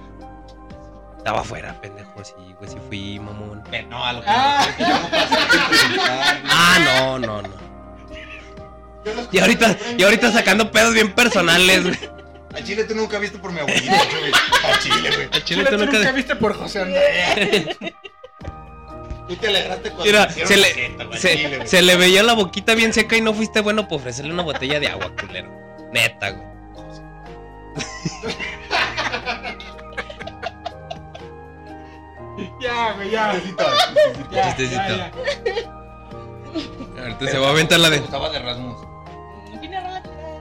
Estaba afuera, pendejo, sí, güey, sí fui, mamón. No, a lo que Ah. yo no pasé a preguntar, güey. Ah, no, no, no. Yo los- Y ahorita, y ahorita sacando pedos bien personales, güey. A Chile tú nunca viste por mi abuelito, güey. A Chile, güey. Al Chile, chile tú tú nunca- nunca viste por José Andrés. Tú te alegraste cuando Mira, me hicieron se la le- jeta, güey, al chile, Se, güey. se le veía la boquita bien seca y no fuiste bueno por ofrecerle una botella de agua, culero. Neta, güey. Ya, güey, ya. Necesito, necesito. Ya, Chistecito. ya, ya. Ahorita se va a aventar la Me de gustaba de Rasmus. ¿Quién era la cara?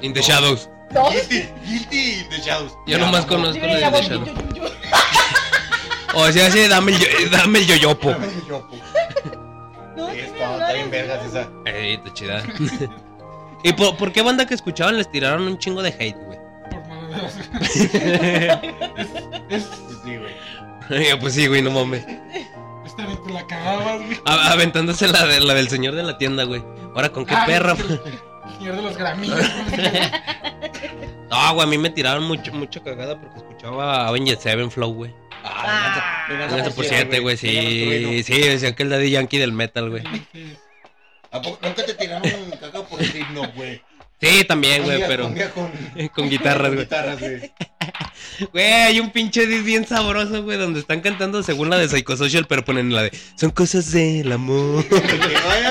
In the Shadows. No. Guilty, Guilty de Shadows. Yo nomás conozco Yo la de la In the voz, yo, Shadows. yo, yo. O sea, sí, dame el, yo- dame el yoyopo. No, Sí, sí me está está hablaron. bien vergas esa. Ey, está chida. ¿Y por, por qué banda que escuchaban les tiraron un chingo de hate, güey? Por mano de Dios. Es- Sí, güey. Ya, pues sí, güey, no mames. Esta vez te la cagabas, güey. A- aventándose la, de- la del señor de la tienda, güey. Ahora con qué Ah, perro. el Señor de los gramillos. No, güey, a mí me tiraron mucho, mucha cagada porque escuchaba Avenged Sevenflow, güey. Ah, venganza- Venganza venganza por siete, güey, sí. Sí, decían que el Daddy Yankee del metal, güey. Sí. ¿A poco nunca te tiraron caca por el himno, güey? Sí, también, güey, Un día- pero un día con con guitarras, con güey. guitarras, güey. Güey, hay un pinche disc bien sabroso, güey, donde están cantando según la de Psychosocial, pero ponen la de Son cosas del amor. Que vaya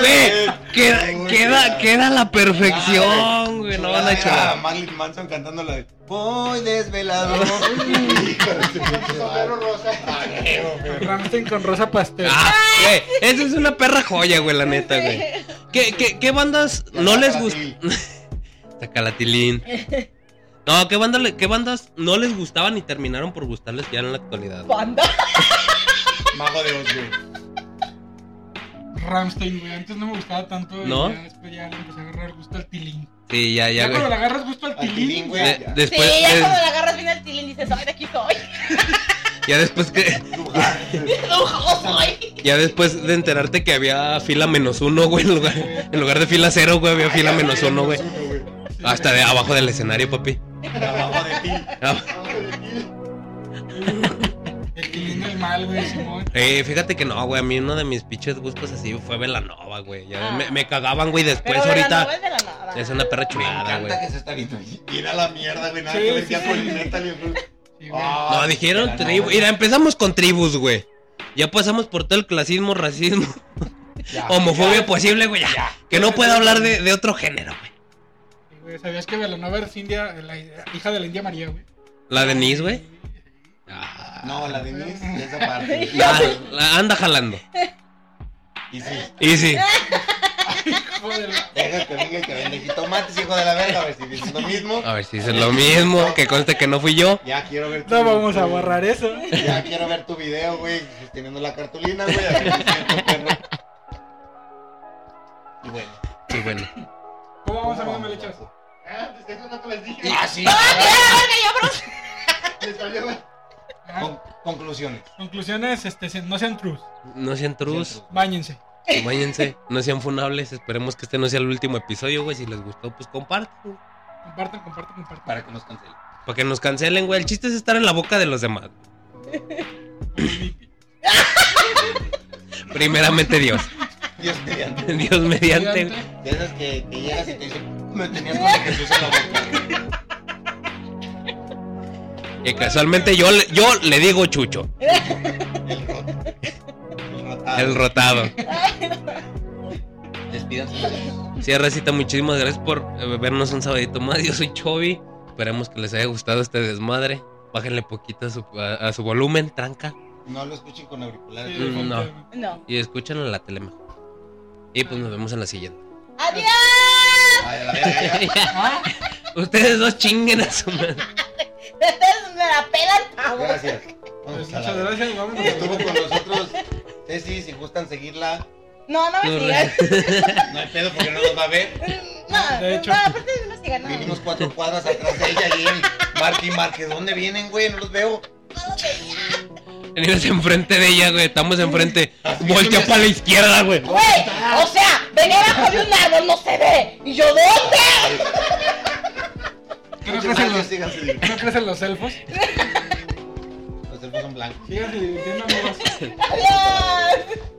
Güey, bien. queda, Uy, queda, ya. queda a la Ah, perfección, güey. No van a Era echar. Marilyn Manson cantando la de Voy desvelado. Sombrero Ah, rosa. Eh, Ramstein con rosa pastel. Ah, güey, esa es una perra joya, güey, la neta, güey. ¿Qué, qué, qué bandas no les gustan? Tacalatilín. No, ¿qué, banda le- ¿qué bandas no les gustaban y terminaron por gustarles ya en la actualidad? güey? Banda. Mago de Oz, güey. Ramstein, güey. Antes no me gustaba tanto. y ¿No? Ya, después ya le empecé a agarrar gusto al tilín. Sí, ya, Ya, ya, cuando güey. le agarras gusto al Al tilín, tilín, güey. güey. De- ya. después, sí, ya des- cuando le agarras bien al tilín dices, ay, de aquí soy. ya después que, Lujo soy. ya después de enterarte que había fila menos uno, güey, en lugar, en lugar de fila cero, güey, había fila menos uno, güey. Hasta de abajo del escenario, papi. Abajo de ti. Ah, El tilín del mal, güey, Simón. eh, fíjate que no, güey, a mí uno de mis pinches gustos así fue Velanova, güey. Ya Ah. me, me cagaban, güey, después Pero de la ahorita nada, de la nada. ¡Ah, es una perra Me chulada, güey. encanta que se está viendo. Mira la mierda, güey. Nada Sí, que sí, ver que sí. con el metal y el- Sí, güey. Ah, No, dijeron ya no, tribu. güey. Mira, empezamos con tribus, güey. Ya pasamos por todo el clasismo, racismo, Ya. homofobia posible, güey. ya. Que no Ya. pueda hablar de, de otro género, güey. Sí, güey. ¿Sabías que Velanova es india, la hija de la India María, güey? La de Nis, güey. Ah, No, la de Miss, esa parte. La, la anda jalando. Y sí, Y sí. Joder, deja que venga el que vende jitomates, hijo de la verga. A ver si dices lo mismo. A ver si es lo mismo. Que conste que no fui yo. Ya quiero ver. tu- no vamos a borrar eso. Ya quiero ver tu video, güey. Teniendo la cartulina, güey. a ver si es cierto, perro. Y bueno. Sí, bueno. ¿Cómo vamos a ver, Melechas? Ah, desde hace rato les dije. Ah, sí. Les valió. Ah, Con- conclusiones. Conclusiones, este, se- no sean trus. No sean trus. Báñense. Váyanse. No sean funables. Esperemos que este no sea el último episodio, güey. Si les gustó, pues compartan. Compartan, compartan, compartan. Para que nos cancelen. Para que nos cancelen, güey. El chiste es estar en la boca de los demás. Primeramente Dios. Dios mediante. Dios mediante. güey. Mediante. De esas que, que llegas y te dicen, me tenías con el Jesús en la boca. Que casualmente yo, le- yo le digo chucho. El Ah, rot. El El rotado. rotado. Despídanse. Sí, Racita, muchísimas gracias por eh, vernos un sabadito más. Yo soy Chovy. Esperemos que les haya gustado este desmadre. Bájenle poquito a su, a- a su volumen, tranca. No lo escuchen con auriculares. Sí, no. porque- No. Y escúchenlo en la tele mejor. Y pues nos vemos en la siguiente. ¡Adiós! Ay, a la verga, ya. Ustedes dos chinguen a su madre. Ustedes me este la pelan, pavo. Gracias. Pues, Vamos a la muchas verga. gracias, vámonos. Estuvo con nosotros Ceci, si gustan seguirla. No, no me No, sigan. No hay pedo porque no nos va a ver. No, De hecho. no, aparte no me sigan. No, Vivimos cuatro cuadras atrás de ella y él. Marty Márquez, ¿dónde vienen, güey? No los veo. Venimos enfrente de ella, güey. Estamos enfrente. Voltea para la izquierda, güey. Güey, o sea, venía abajo de un árbol, no se ve. ¿Y yo dónde? ¿Qué no Muchas crecen gracias, los, síganse qué divirtiendo. no crecen los elfos? Los elfos son blancos. Síganse divirtiendo, amigos. ¡Adiós!